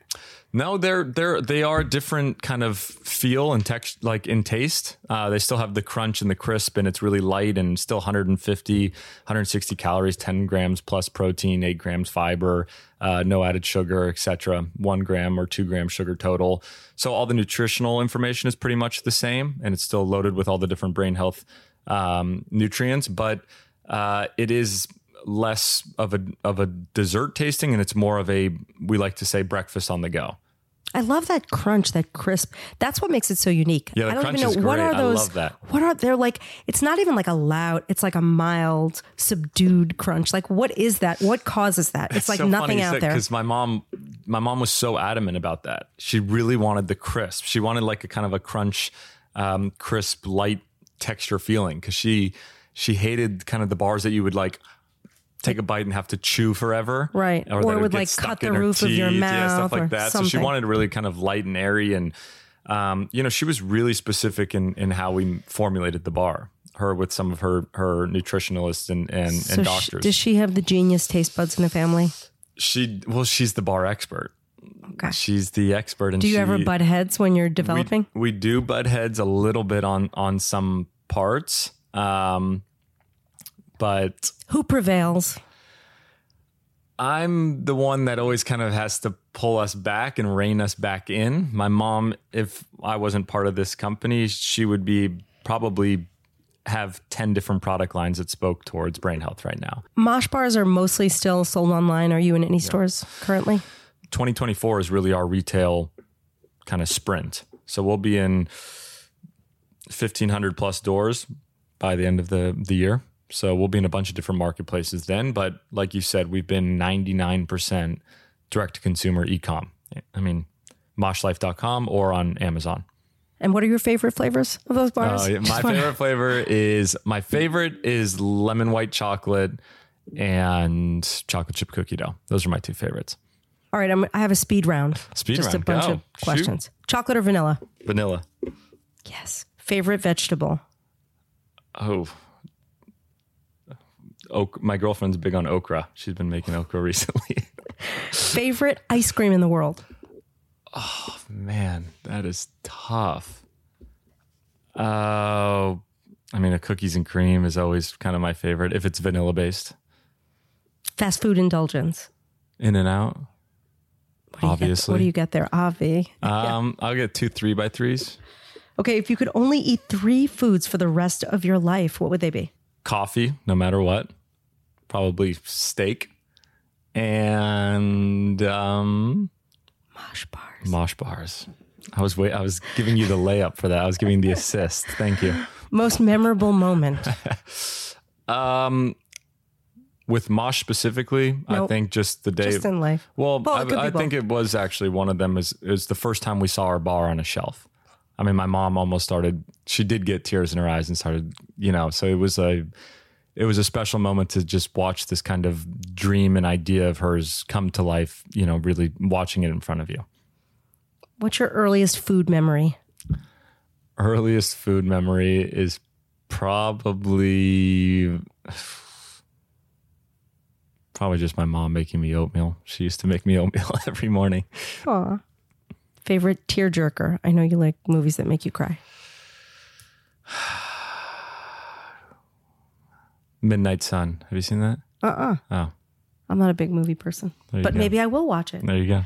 A: No, they're they're they are different kind of feel and text like in taste. Uh, they still have the crunch and the crisp, and it's really light and still 150, 160 calories, 10 grams plus protein, eight grams fiber, uh, no added sugar, etc. One gram or two gram sugar total. So all the nutritional information is pretty much the same, and it's still loaded with all the different brain health um, nutrients, but uh, it is less of a of a dessert tasting, and it's more of a we like to say breakfast on the go.
B: I love that crunch, that crisp. That's what makes it so unique.
A: Yeah, the
B: I don't
A: crunch
B: even know
A: is
B: what
A: great.
B: are
A: I
B: those.
A: love that.
B: What are they're like? It's not even like a loud. It's like a mild, subdued crunch. Like what is that? What causes that? It's, like nothing out there.
A: because my mom, my mom was so adamant about that. She really wanted the crisp. She wanted like a kind of a crunch, um, crisp, light texture feeling because she she hated kind of the bars that you would like take a bite and have to chew forever.
B: Right. Or
A: that
B: it would,
A: get
B: like,
A: stuck
B: cut
A: in
B: the
A: her
B: roof of your
A: teeth. Yeah,
B: mouth
A: stuff
B: or
A: like that. So
B: something.
A: she wanted really kind of light and airy. And, um, you know, she was really specific in, in how we formulated the bar. Her with some of her her nutritionalists and and,
B: So
A: and
B: sh-
A: doctors.
B: does she have the genius taste buds in the family?
A: she well, she's the bar expert.
B: Okay.
A: She's the expert. And
B: Do you
A: she,
B: ever butt heads when you're developing?
A: We do butt heads a little bit on on some parts, um, but
B: Who prevails?
A: I'm the one that always kind of has to pull us back and rein us back in. My mom, if I wasn't part of this company, she would be probably have 10 different product lines that spoke towards brain health right now.
B: Mosh bars are mostly still sold online. Are you in any stores currently?
A: 2024 is really our retail kind of sprint. So we'll be in 1500 plus doors by the end of the the year. So we'll be in a bunch of different marketplaces then, but like you said, we've been 99% direct to consumer e-com. I mean, moshlife.com or on Amazon.
B: And what are your favorite flavors of those bars?
A: Uh, yeah, my
B: Just wanna-
A: favorite flavor is my favorite is lemon white chocolate and chocolate chip cookie dough. Those are my two favorites.
B: All right, I'm, I have a speed round.
A: Speed
B: Just a
A: round,
B: bunch
A: go.
B: of
A: Shoot.
B: questions. Chocolate or vanilla?
A: Vanilla.
B: Yes. Favorite vegetable?
A: Oh. Ok- my girlfriend's big on okra. She's been making okra recently.
B: Favorite ice cream in the world?
A: Man, that is tough. Uh, I mean, a cookies and cream is always kind of my favorite if it's vanilla based.
B: Fast food indulgence.
A: In and out, obviously.
B: What do you get there? Avi.
A: um, I'll get two three by threes.
B: Okay, if you could only eat three foods for the rest of your life, what would they be?
A: Coffee, no matter what. Probably steak and um,
B: Mosh bars.
A: Mosh bars. I was wait. I was giving you the layup for that. I was giving the assist. Thank you.
B: Most memorable moment.
A: Um, with Mosh specifically, I
B: Nope.
A: think just the day.
B: Just in life.
A: well,
B: Well, it could be
A: I, I think
B: both.
A: it was actually one of them. Is is the first time we saw our bar on a shelf. I mean, my mom almost started. She did get tears in her eyes and started. You know, so it was a. It was a special moment to just watch this kind of dream and idea of hers come to life. You know, really watching it in front of you.
B: What's your earliest food memory?
A: earliest food memory is probably probably just my mom making me oatmeal. She used to make me oatmeal every morning.
B: Aw. Favorite tearjerker? I know you like movies that make you cry.
A: Midnight Sun. Have you seen that?
B: Uh-uh.
A: Oh.
B: I'm not a big movie person.
A: you
B: But
A: go.
B: maybe I will watch it.
A: There you go.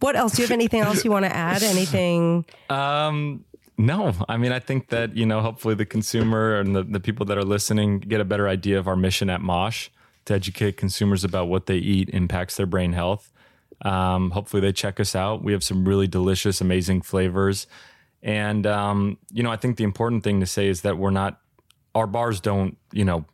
B: What else? Do you have anything else you want to add? Anything?
A: Um, no, I mean, I think that, you know, hopefully the consumer and the, the people that are listening get a better idea of our mission at Mosh to educate consumers about what they eat impacts their brain health. Um, hopefully they check us out. We have some really delicious, amazing flavors. And, um, you know, I think the important thing to say is that we're not, our bars don't, you know,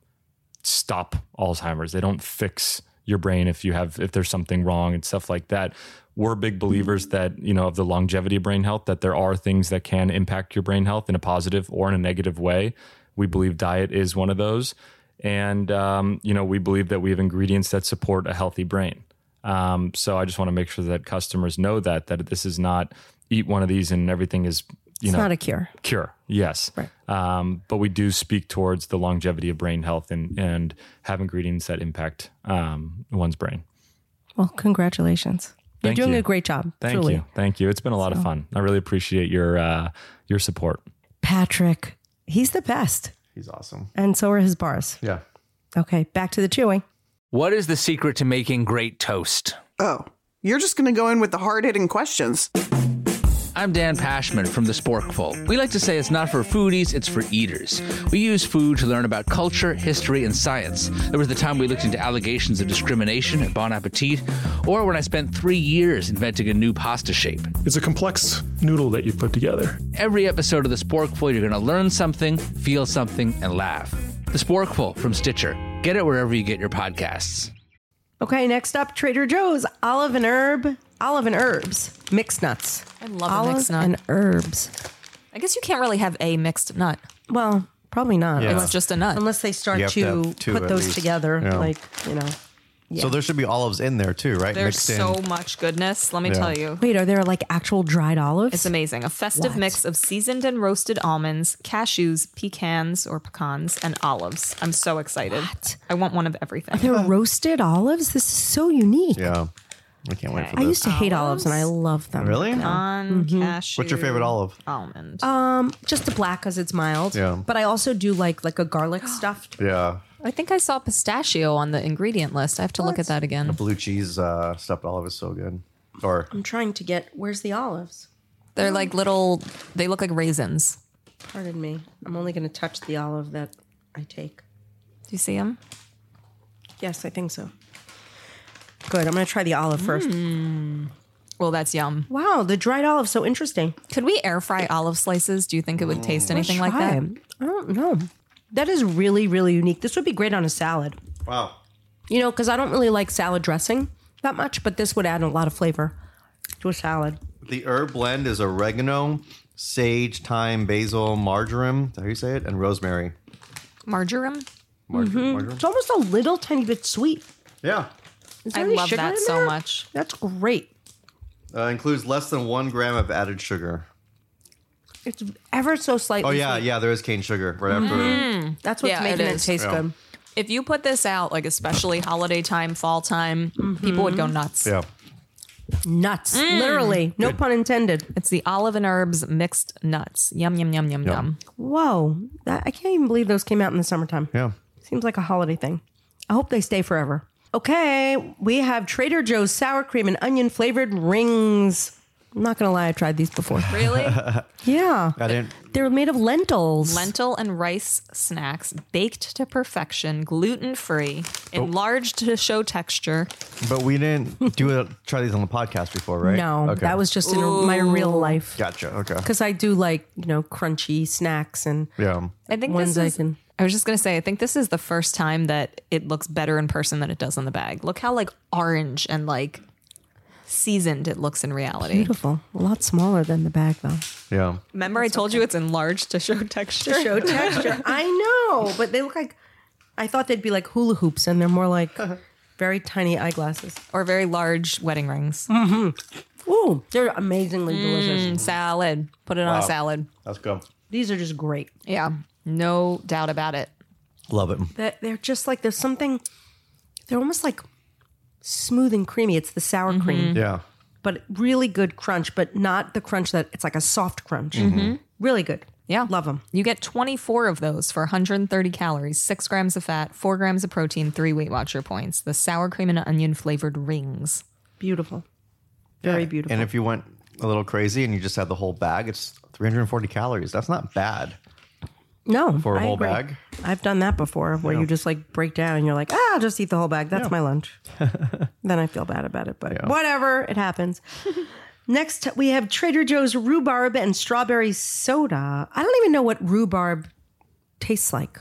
A: stop Alzheimer's. They don't fix your brain if you have if there's something wrong and stuff like that. We're big believers that, you know, of the longevity of brain health, that there are things that can impact your brain health in a positive or in a negative way. We believe diet is one of those. And um, you know, we believe that we have ingredients that support a healthy brain. Um, so I just want to make sure that customers know that that this is not eat one of these and everything is you
B: It's
A: know
B: not a cure.
A: cure. Yes.
B: Right.
A: Um, but we do speak towards the longevity of brain health and, and have ingredients that impact um, one's brain.
B: Well, congratulations. You're
A: Thank
B: doing
A: you.
B: a great job.
A: Thank
B: truly.
A: you. Thank you. It's been a lot of fun. I really appreciate your uh, your support.
B: Patrick, he's the best.
D: He's awesome.
B: And so are his bars.
D: Yeah.
B: Okay, back to the chewing.
E: What is the secret to making great toast?
F: Oh, you're just going to go in with the hard hitting questions.
E: I'm Dan Pashman from The Sporkful. We like to say it's not for foodies, it's for eaters. We use food to learn about culture, history, and science. There was the time we looked into allegations of discrimination at Bon Appetit, or when I spent three years inventing a new pasta shape.
G: It's a complex noodle that you put together.
E: Every episode of The Sporkful, you're going to learn something, feel something, and laugh. The Sporkful from Stitcher. Get it wherever you get your podcasts.
B: Okay, next up, Trader Joe's olive and herb, olive and herbs, mixed nuts. I
C: love a
B: olive
C: mixed nut.
B: and herbs.
C: I guess you can't really have a mixed nut.
B: Well, Probably not.
D: Yeah.
C: It's just a nut.
B: Unless they start
D: You have
B: to,
D: to have two
B: put
D: at
B: those
D: least.
B: together,
D: Yeah.
B: like you know.
D: So there should be olives in there too, right?
C: There's
D: Mixed in.
C: so much goodness. Let me
D: Yeah.
C: tell you.
B: Wait, are there like actual dried olives?
C: It's amazing. A festive
B: What?
C: mix of seasoned and roasted almonds, cashews, pecans or pecans, and olives. I'm so excited. I want one of everything.
B: They're roasted olives. This is so unique.
D: Yeah, I can't wait
B: I
D: for this.
B: used to hate olives, and I love them.
D: really?
C: On cashew.
D: What's your favorite olive?
C: Almond.
B: Um, Just a black because it's mild.
D: Yeah.
B: But I also do like like a garlic stuffed.
D: Yeah,
C: I think I saw pistachio on the ingredient list. I have to look at that again.
D: blue cheese uh, stuffed olive is so good. Or
B: I'm trying to get. Where's the olives?
C: They're like little. They look like raisins.
B: Pardon me. I'm only going to touch the olive that I take.
C: Do you see them?
B: Yes, I think so. Good. I'm going to try the olive first.
C: Well, that's yum.
B: Wow, the dried olive so interesting.
C: Could we air fry olive slices? Do you think it would taste anything like
B: Try
C: that?
B: it. I don't know. That is really really unique. This would be great on a salad.
D: wow,
B: You know, because I don't really like salad dressing that much, but this would add a lot of flavor to a salad.
D: the herb blend is oregano, sage, thyme, basil, marjoram. is that How you say it? And rosemary.
C: Marjoram.
D: Marjoram.
C: Mm-hmm.
D: marjoram?
B: It's almost a little tiny bit sweet.
D: Yeah.
B: Is there
C: I
B: any
C: love
B: sugar
C: that
B: in
C: so
B: there?
C: much.
B: That's great.
D: Uh, includes less than one gram of added sugar.
B: It's ever so slightly.
D: Oh yeah,
B: sweet.
D: yeah. There is cane sugar right
C: Mm-hmm.
D: after.
B: That's what's
C: Yeah,
B: making
C: it
B: it,
C: is.
B: taste
D: Yeah.
B: good.
C: If you put this out, like especially holiday time, fall time, people would go nuts.
D: Yeah.
B: Nuts, literally, no pun intended.
C: It's the olive and herbs mixed nuts. Yum yum yum yum yum.
B: Whoa, that, I can't even believe those came out in the summertime.
D: Yeah.
B: Seems like a holiday thing. I hope they stay forever. Okay, we have Trader Joe's sour cream and onion flavored rings. I'm not gonna lie, I've tried these before.
C: Really?
B: Yeah,
D: I didn't.
B: they're made of lentils.
C: Lentil and rice snacks baked to perfection, gluten free, enlarged to show texture.
D: But we didn't do it. Try these on the podcast before, right?
B: No,
D: Okay.
B: that was just in my real life.
D: Gotcha. Okay.
B: Because I do like you know crunchy snacks and
D: Yeah.
C: I think
B: ones
C: this
B: I
C: is.
B: can.
C: I was just gonna say, I think this is the first time that it looks better in person than it does on the bag. Look how like orange and like seasoned it looks in reality.
B: Beautiful, a lot smaller than the bag though.
D: Yeah.
C: Remember, I told you it's enlarged to show texture.
B: show texture. I know, but they look like I thought they'd be like hula hoops, and they're more like very tiny eyeglasses.
C: or very large wedding rings.
B: Ooh, they're amazingly delicious.
C: Salad. Put it on a salad.
D: Let's go.
B: These are just great.
C: Yeah, no doubt about it.
D: Love it.
B: That they're just like there's something. They're almost like smooth and creamy. It's the sour cream,
D: Yeah.
B: but really good crunch, but not the crunch that it's like a soft crunch. Really good.
C: Yeah.
B: love them.
C: You get 24 of those for 130 calories, 6 grams of fat, 4 grams of protein, 3 Weight Watcher points. The sour cream and onion flavored rings.
B: Beautiful. Very
D: Yeah.
B: beautiful.
D: And if you went a little crazy and you just had the whole bag, it's 340 calories. That's not bad.
B: No,
D: For a
B: I
D: whole
B: agree.
D: bag?
B: I've done that before, where you just like break down and you're like, ah, I'll just eat the whole bag. That's my lunch. then I feel bad about it, but whatever, it happens. Next, we have Trader Joe's rhubarb and strawberry soda. I don't even know what rhubarb tastes like.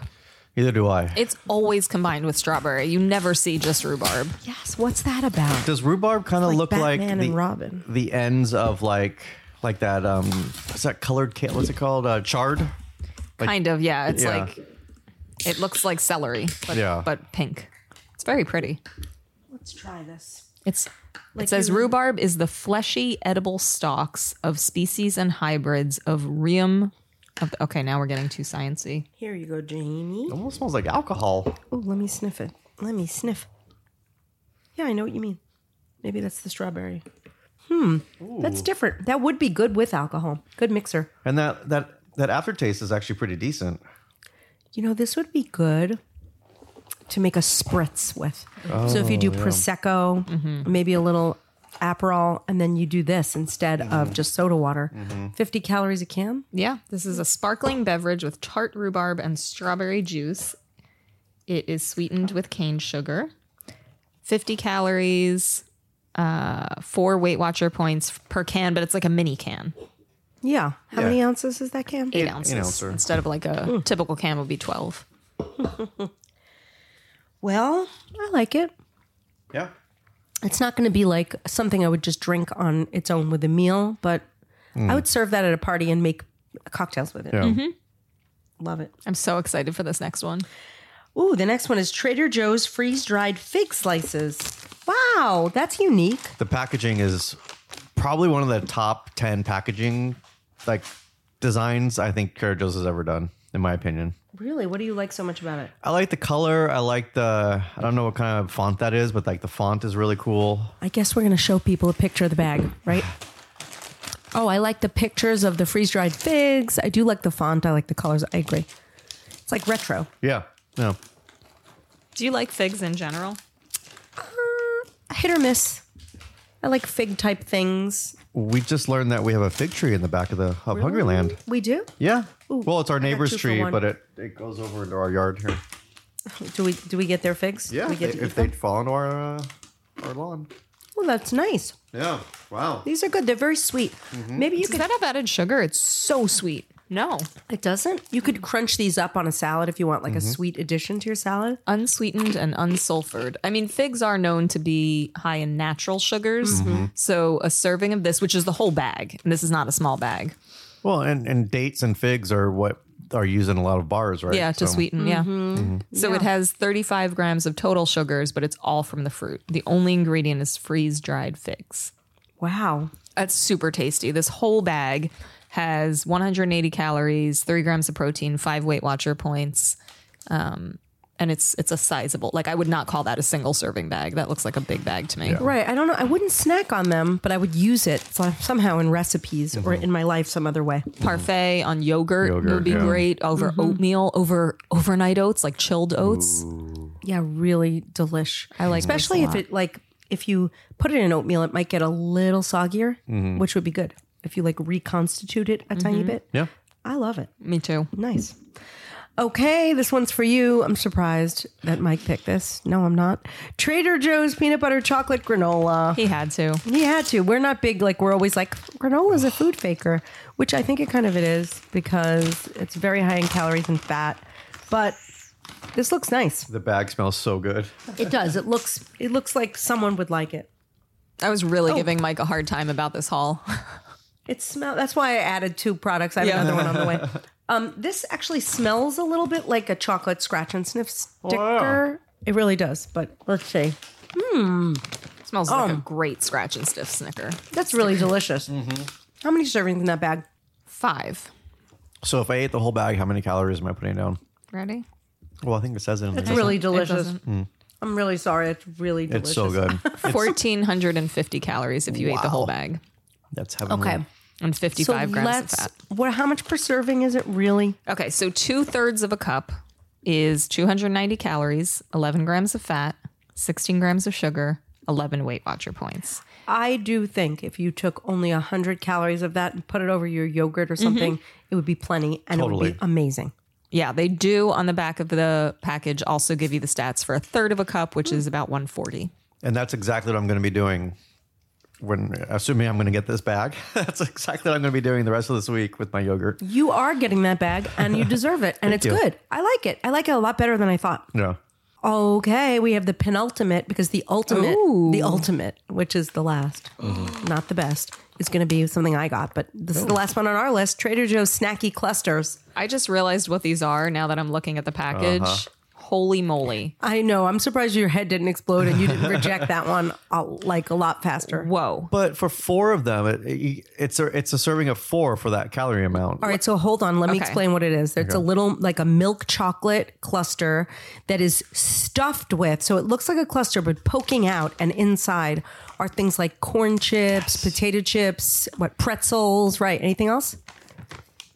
D: Neither do I.
C: It's always combined with strawberry. You never see just rhubarb.
B: Yes, what's that about?
D: Does rhubarb kind of
B: like
D: look
B: Batman
D: like
B: and
D: the,
B: Robin.
D: the ends of like like that um what's that colored ca- what's it called uh, chard?
C: kind of, yeah. It's
D: Yeah.
C: like, it looks like celery, but,
D: Yeah.
C: but pink. It's very pretty.
B: Let's try this.
C: It's. it says rhubarb is the fleshy edible stalks of species and hybrids of rheum. Of, okay, now we're getting too sciency.
B: Here you go, Jamie.
D: It almost smells like alcohol.
B: Oh, let me sniff it. Let me sniff. Yeah, I know what you mean. Maybe that's the strawberry. Hmm. That's different. That would be good with alcohol. Good mixer.
D: And that that that aftertaste is actually pretty decent.
B: You know, this would be good to make a spritz with. so if you do prosecco, maybe a little Aperol, and then you do this instead of just soda water. 50 calories a can.
C: Yeah, this is a sparkling beverage with tart rhubarb and strawberry juice. It is sweetened with cane sugar. 50 calories, uh, four Weight Watcher points per can, but it's like a mini can,
B: Yeah. How many ounces is that can?
C: eight ounces.
D: ouncer.
C: Instead of like a typical can would be 12.
B: Well, I like it.
D: Yeah.
B: It's not going to be like something I would just drink on its own with a meal, but I would serve that at a party and make cocktails with it.
D: Yeah.
B: Love it.
C: I'm so excited for this next one.
B: Ooh, the next one is Trader Joe's freeze dried fig slices. Wow, that's unique.
D: The packaging is probably one of the top 10 packaging like designs I think Trader Joe's has ever done, in my opinion.
B: Really, what do you like so much about it?
D: I like the color. I like the, I don't know what kind of font that is, but like the font is really cool.
B: I guess we're going to show people a picture of the bag, right? Oh, I like the pictures of the freeze dried figs. I do like the font. I like the colors. I agree. It's like retro.
D: Yeah. No.
C: Do you like figs in general?
B: Uh, Hit or miss. I like fig type things.
D: We just learned that we have a fig tree in the back of the of Hungryland.
B: We do?
D: Yeah. well, it's our
B: I got
D: neighbor's
B: two for
D: tree,
B: one.
D: but it, it goes over into our yard here.
B: Do we do we get their figs?
D: Yeah.
B: Do we
D: If,
B: get to
D: they, if
B: eat them?
D: they'd fall into our, uh, our lawn.
B: Well, that's nice.
D: Yeah. Wow.
B: These are good. They're very sweet. Maybe you
C: Does
B: could
C: that have added sugar? It's so sweet. No.
B: It doesn't. You could crunch these up on a salad if you want like a sweet addition to your salad.
C: Unsweetened and unsulfured. I mean, figs are known to be high in natural sugars.
D: Mm-hmm.
C: So a serving of this, which is the whole bag, and this is not a small bag.
D: Well, and, and dates and figs are what are used in a lot of bars, right?
C: Yeah, to
D: So- Mm-hmm.
C: sweeten. Yeah. So it has 35 grams of total sugars, but it's all from the fruit. The only ingredient is freeze dried figs.
B: Wow.
C: That's super tasty. This whole bag has 180 calories, three grams of protein, five Weight Watcher points. Um, and it's it's a sizable like I would not call that a single serving bag. That looks like a big bag to me.
B: Right. I don't know. I wouldn't snack on them, but I would use it so- somehow in recipes or in my life some other way.
C: Parfait on yogurt, would
D: Yogurt,
C: be
D: yeah.
C: great over oatmeal, over overnight oats like chilled oats.
B: Yeah, really delish. I
C: like
B: especially
C: this a
B: if it like if you put it in oatmeal, it might get a little soggier, which would be good if you like reconstitute it a tiny bit.
D: Yeah.
B: I love it.
C: Me too.
B: Nice. Okay, this one's for you. I'm surprised that Mike picked this. No, I'm not. Trader Joe's peanut butter chocolate granola.
C: He had to.
B: He had to. We're not big. Like we're always like granola's a food faker, which I think it kind of it is because it's very high in calories and fat. But this looks nice.
D: The bag smells so good.
B: It does. It looks. It looks like someone would like it.
C: I was really giving Mike a hard time about this haul.
B: It smell. That's why I added two products. I have
C: Yeah.
B: another one on the way. Um, this actually smells a little bit like a chocolate scratch and sniff
D: Oh,
B: sticker. It really does. But let's see.
C: Smells like a great scratch and stiff snicker.
B: That's really delicious.
D: Mm-hmm.
B: How many servings in that bag?
C: Five.
D: So if I ate the whole bag, how many calories am I putting down?
C: Ready?
D: Well, I think it says it. In
B: It's
D: the
B: really delicious. Mm.
C: doesn't.
B: I'm really sorry. It's really delicious.
D: It's so good.
C: 1,450 calories if you ate the whole bag
D: That's heavenly.
B: Okay.
C: and 55 grams of fat.
B: What? How much per serving is it really?
C: Okay, so two thirds of a cup is 290 calories, 11 grams of fat, 16 grams of sugar, 11 Weight Watcher points.
B: I do think if you took only hundred calories of that and put it over your yogurt or something, it would be plenty and it would
D: Mm-hmm. Totally.
B: be amazing.
C: Yeah, they do on the back of the package also give you the stats for a third of a cup, which is about 140.
D: And that's exactly what I'm going to be doing. When assuming I'm going to get this bag, that's exactly what I'm going to be doing the rest of this week with my yogurt.
B: You are getting that bag and you deserve it, and it's
D: you.
B: good. I like it. I like it a lot better than I thought.
D: Yeah.
B: Okay, we have the penultimate because the ultimate, the ultimate, which is the last, not the best, is going to be something I got. But this is the last one on our list: Trader Joe's snacky clusters.
C: I just realized what these are now that I'm looking at the package.
D: Uh-huh.
C: Holy moly.
B: I know. I'm surprised your head didn't explode and you didn't reject that one uh, like a lot faster.
C: Whoa.
D: But for four of them, it, it, it's a it's a serving of four for that calorie amount.
B: All right, so hold on. Let me
C: Okay.
B: explain what it is. It's a little like a milk chocolate cluster that is stuffed with. So it looks like a cluster, but poking out and inside are things like corn chips, potato chips, what pretzels, right? Anything else?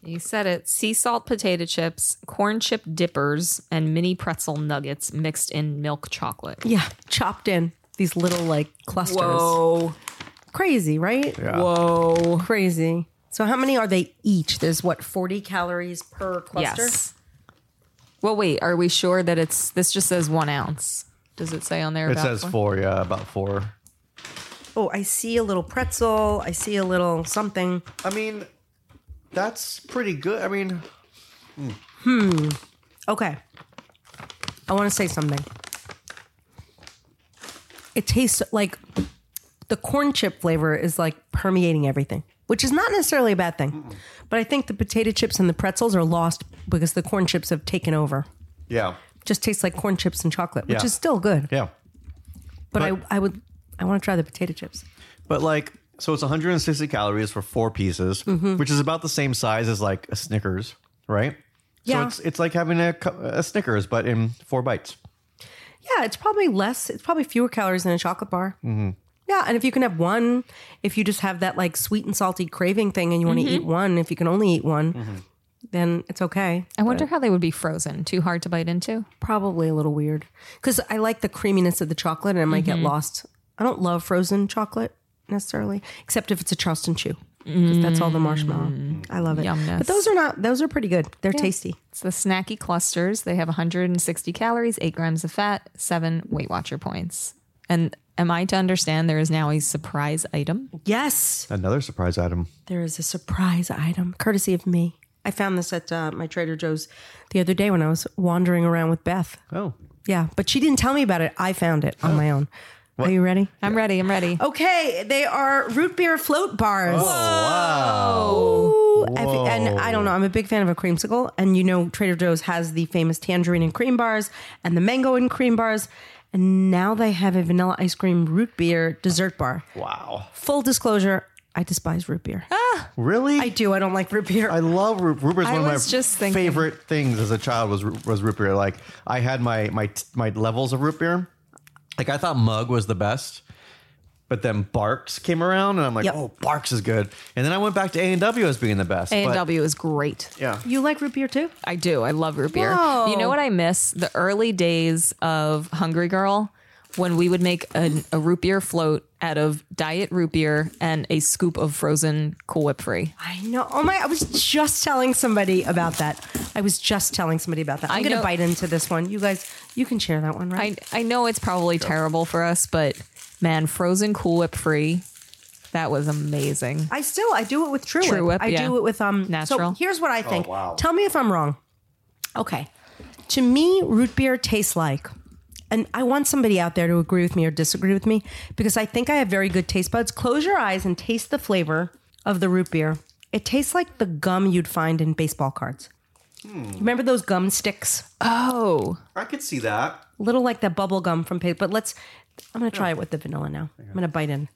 C: You said it. Sea salt potato chips, corn chip dippers, and mini pretzel nuggets mixed in milk chocolate.
B: Yeah, chopped in these little like clusters.
C: Whoa.
B: Crazy, right?
C: Whoa.
B: Crazy. So how many are they each? There's what 40 calories per cluster.
C: Yes. Well, wait, are we sure that it's this just says one ounce? Does it say on there?
D: it
C: about
D: says four. Yeah, about four.
B: Oh, I see a little pretzel. I see a little something.
D: I mean, that's pretty good. I mean,
B: Okay. I want to say something. It tastes like the corn chip flavor is like permeating everything, which is not necessarily a bad thing. But I think the potato chips and the pretzels are lost because the corn chips have taken over.
D: Yeah.
B: Just tastes like corn chips and chocolate, which
D: Yeah.
B: is still good.
D: Yeah.
B: But, I, I would I want to try the potato chips.
D: But like, so it's 160 calories for four pieces, which is about the same size as like a Snickers, right?
B: Yeah.
D: So it's it's like having a, cu- a Snickers, but in four bites.
B: Yeah, it's probably less. It's probably fewer calories than a chocolate bar. Mm-hmm. Yeah, and if you can have one, if you just have that like sweet and salty craving thing, and you want to eat one, if you can only eat one, then it's okay.
C: I wonder how they would be frozen. Too hard to bite into.
B: Probably a little weird because I like the creaminess of the chocolate, and I might get lost. I don't love frozen chocolate necessarily, except if it's a Charleston Chew because that's all the marshmallow. I love it.
C: Yumness.
B: But those are not. Those are pretty good. They're tasty.
C: It's the snacky clusters. They have 160 calories, eight grams of fat, seven Weight Watcher points. And am I to understand there is now a surprise item?
B: Yes.
D: Another surprise item.
B: There is a surprise item, courtesy of me. I found this at uh, my Trader Joe's the other day when I was wandering around with Beth.
D: Oh,
B: Yeah, but she didn't tell me about it. I found it on my own. Are you ready?
C: I'm ready. I'm ready.
B: Okay, they are root beer float bars. Ooh, I've- and I don't know. I'm a big fan of a creamsicle, and you know Trader Joe's has the famous tangerine and cream bars, and the mango and cream bars, and now they have a vanilla ice cream root beer dessert bar.
D: wow!
B: Full disclosure, I despise root beer.
D: Really?
B: I do. I don't like root beer.
D: I love root. Root beer's
C: I
D: one of my
C: was just thinking-
D: favorite things as a child was root- was root beer. Like I had my my my levels of root beer. Like I thought mug was the best, but then Barks came around, and I'm like,
B: Yep.
D: oh, Barks is good. And then I went back to A and W as being the best. but-
C: A&W is great.
D: yeah.
B: You like root beer too?
C: I do. I love root beer.
B: Whoa.
C: You know what I miss? The early days of Hungry Girl when we would make a, a root beer float out of diet root beer and a scoop of frozen Cool Whip free.
B: I know. Oh my! I was just telling somebody about that. I was just telling somebody about that. I'm
C: I
B: gonna
C: know-
B: bite into this one. You guys, you can share that one,
C: I,
B: right?
C: I know it's probably terrible for us, but man, frozen Cool Whip free, that was amazing.
B: I, still I do it with True,
C: True Whip,
B: I
C: yeah.
B: do it with um.
C: Natural.
B: So here's what I think. Tell me if I'm wrong. Okay. To me, root beer tastes like, and I want somebody out there to agree with me or disagree with me because I think I have very good taste buds. Close your eyes and taste the flavor of the root beer. It tastes like the gum you'd find in baseball cards. Remember those gum sticks?
C: Oh,
D: I could see that.
B: little like that bubble gum from paper. But let's. I'm gonna try it with the vanilla now. I'm gonna bite in.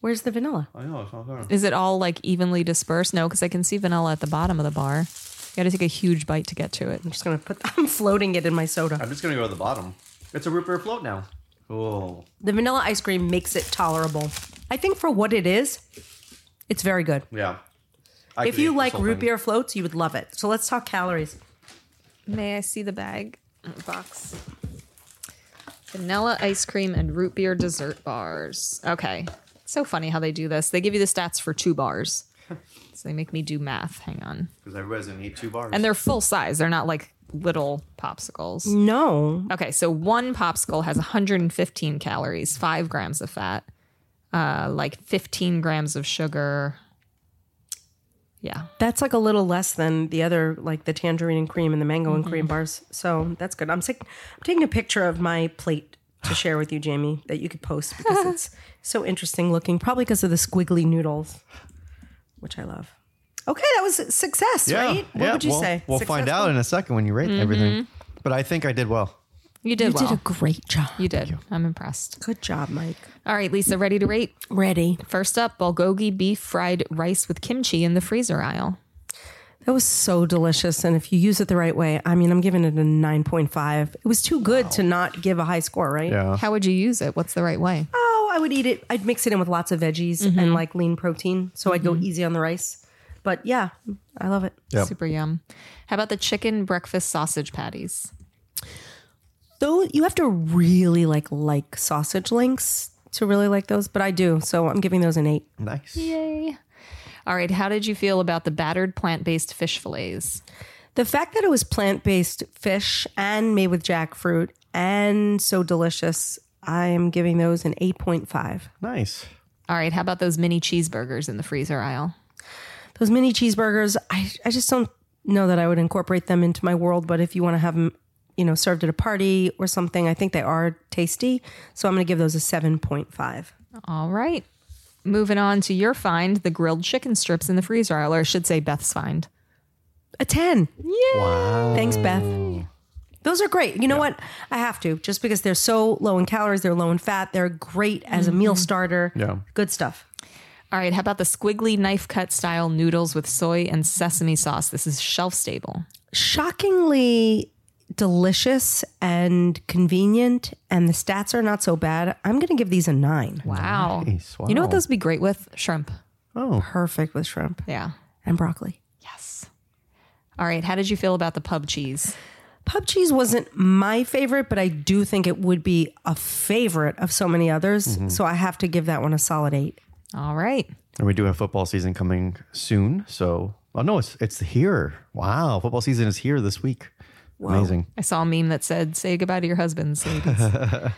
B: Where's the vanilla?
D: I know. It's not there.
C: is it all like evenly dispersed? No, because I can see vanilla at the bottom of the bar. You got to take a huge bite to get to it.
B: I'm just gonna put. I'm floating it in my soda.
D: I'm just gonna go to the bottom. It's a root beer float now. Oh,
B: The vanilla ice cream makes it tolerable. I think for what it is, it's very good.
D: yeah. I
B: If
D: could eat
B: you
D: this
B: like
D: whole
B: root
D: thing.
B: beer floats, you would love it. So let's talk calories.
C: May I see the bag box? Vanilla ice cream and root beer dessert bars. Okay. So funny how they do this. They give you the stats for two bars. So they make me do math. Hang on.
D: because everybody's gonna eat two bars.
C: And they're full size. They're not like little popsicles.
B: No,
C: Okay, so one popsicle has 115 calories, 5 grams of fat, uh like 15 grams of sugar. Yeah.
B: that's like a little less than the other, like the tangerine and cream and the mango and cream bars. So that's good. I'm sick. I'm taking a picture of my plate to share with you, Jamie, that you could post because it's so interesting looking. Probably because of the squiggly noodles, which I love. Okay, that was a success, right? What would you
D: we'll-
B: say? Mm-hmm.
D: We'll find out in a second when you rate everything. But I think I did well.
C: You did
B: You
C: well.
B: did a great job.
C: you did. I'm impressed.
B: Good job, Mike.
C: All right, Lisa, ready to rate?
B: Ready.
C: First up, bulgogi beef fried rice with kimchi in the freezer aisle.
B: That was so delicious. And if you use it the right way, I mean, I'm giving it a 9.5. It was too good to not give a high score, right?
D: Yeah.
C: How would you use it? What's the right way?
B: Oh, I would eat it. I'd mix it in with lots of veggies and like lean protein. So I'd go easy on the rice. But yeah, I love it.
D: Yep.
C: Super yum. How about the chicken breakfast sausage patties?
B: Though you have to really like like sausage links to really like those, but I do. So I'm giving those an eight.
D: Nice.
C: Yay. All right, how did you feel about the battered plant based fish fillets?
B: The fact that it was plant based fish and made with jackfruit and so delicious, I am giving those an 8.5.
D: Nice.
C: All right, how about those mini cheeseburgers in the freezer aisle?
B: those mini cheeseburgers I, I just don't know that i would incorporate them into my world but if you want to have them you know served at a party or something i think they are tasty so i'm going to give those a 7.5
C: All right. Moving on to your find, the grilled chicken strips in the freezer aisle, or I should say Beth's find.
B: A 10.
D: Wow.
B: Thanks, Beth. Those are great. You know what? I have to just because they're so low in calories, they're low in fat, they're great as a meal starter.
D: Yeah.
B: Good stuff.
C: All right, how about the squiggly knife cut style noodles with soy and sesame sauce? This is shelf stable.
B: Shockingly delicious and convenient, and the stats are not so bad. I'm going to give these a nine.
C: Wow.
D: Nice.
C: You know what
D: Wow.
C: those would be great with? Shrimp.
B: Perfect with shrimp
C: Yeah.
B: and broccoli.
C: All right, how did you feel about the pub cheese?
B: Pub cheese wasn't my favorite, but I do think it would be a favorite of so many others. So I have to give that one a solid eight.
C: All right.
D: And we do have football season coming soon. So, oh no, it's it's here. Wow, football season is here this week. Amazing.
C: I saw a meme that said, say goodbye to your husband. So you can s-"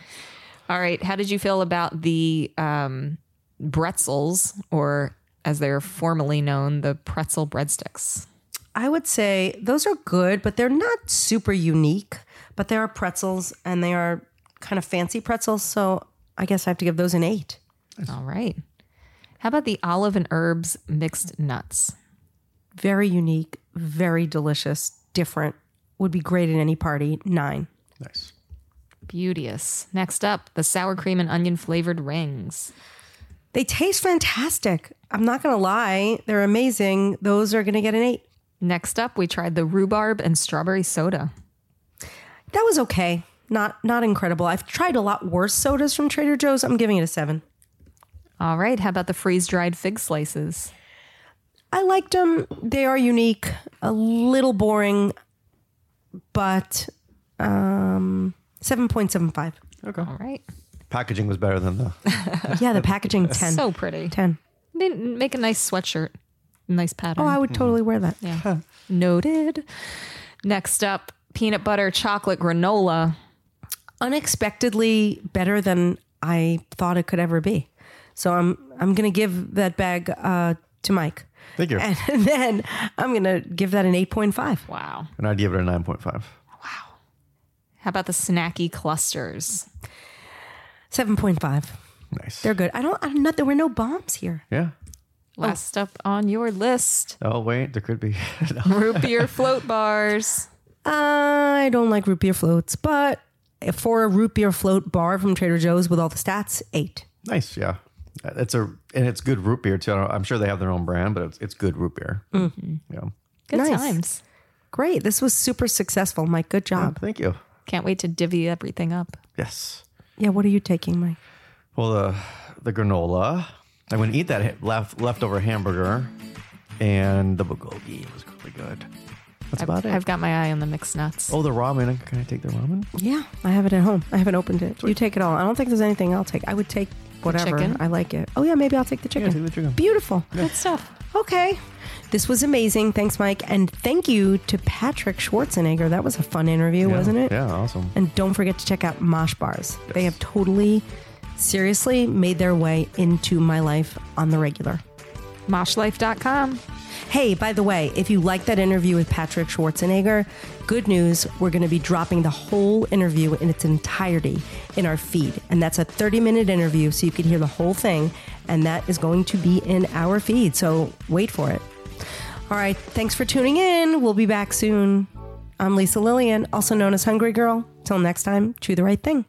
C: All right, how did you feel about the um, bretzels, or as they're formally known, the pretzel breadsticks?
B: I would say those are good, but they're not super unique. But they are pretzels and they are kind of fancy pretzels. So I guess I have to give those an eight.
C: All right. How about the olive and herbs mixed nuts?
B: Very unique, very delicious, different. Would be great at any party. Nine.
D: Nice.
C: Beauteous. Next up, the sour cream and onion flavored rings.
B: They taste fantastic. I'm not going to lie. They're amazing. Those are going to get an eight.
C: Next up, we tried the rhubarb and strawberry soda.
B: That was okay. Not not incredible. I've tried a lot worse sodas from Trader Joe's. I'm giving it a 7.
C: All right, how about the freeze dried fig slices?
B: I liked them. They are unique, a little boring, but um, 7.75.
C: All right.
D: Packaging was better than the.
B: Yeah, the packaging 10.
C: So pretty.
B: 10.
C: They make a nice sweatshirt, nice pattern.
B: Oh, I would totally wear that.
C: Noted. Next up, peanut butter chocolate granola.
B: Unexpectedly better than I thought it could ever be. So I'm I'm going to give that bag uh, to Mike.
D: Thank you.
B: And then I'm going to give that an 8.5.
C: Wow.
D: And I'd give it a 9.5.
C: How about the snacky clusters?
B: 7.5.
D: Nice.
B: They're good. I don't, I don't know. There were no bombs here.
D: yeah.
B: Oh.
C: Last up on your list,
D: Oh, wait, there could be. No.
C: root beer float bars.
B: I don't like root beer floats, but for a root beer float bar from Trader Joe's with all the stats, eight.
D: Nice. Yeah. Uh, It's a, and it's good root beer too. I don't- I'm sure they have their own brand, but it's, it's good root beer.
C: Mm-hmm.
D: Yeah.
C: Good
B: Nice.
C: times.
B: Great. This was super successful, Mike. Good job.
D: Oh, Thank you.
C: Can't wait to divvy everything up.
D: Yes.
B: Yeah, what are you taking, Mike?
D: Well, the the granola. I'm gonna eat that ha- left leftover hamburger, and the bulgogi was really good. That's
C: I've,
D: about it.
C: I've got my eye on the mixed nuts.
D: oh, the ramen. Can I take the ramen?
B: Yeah, I have it at home. I haven't opened it. You take it all. I don't think there's anything I'll take. I would take whatever.
C: chicken?
B: I like it. Oh, yeah, maybe I'll take the chicken.
D: take the chicken.
B: Beautiful.
C: Good stuff.
B: Okay. This was amazing. Thanks, Mike. And thank you to Patrick Schwarzenegger. That was a fun interview, wasn't it?
D: Yeah, awesome.
B: And don't forget to check out Mosh Bars. They have totally, seriously made their way into my life on the regular.
C: Moshlife.com.
B: Hey, by the way, if you like that interview with Patrick Schwarzenegger, good news, we're going to be dropping the whole interview in its entirety in our feed. And that's a 30 minute interview, so you can hear the whole thing. And that is going to be in our feed, so wait for it. All right, thanks for tuning in. We'll be back soon. I'm Lisa Lillian, also known as Hungry Girl. Till next time, chew the right thing.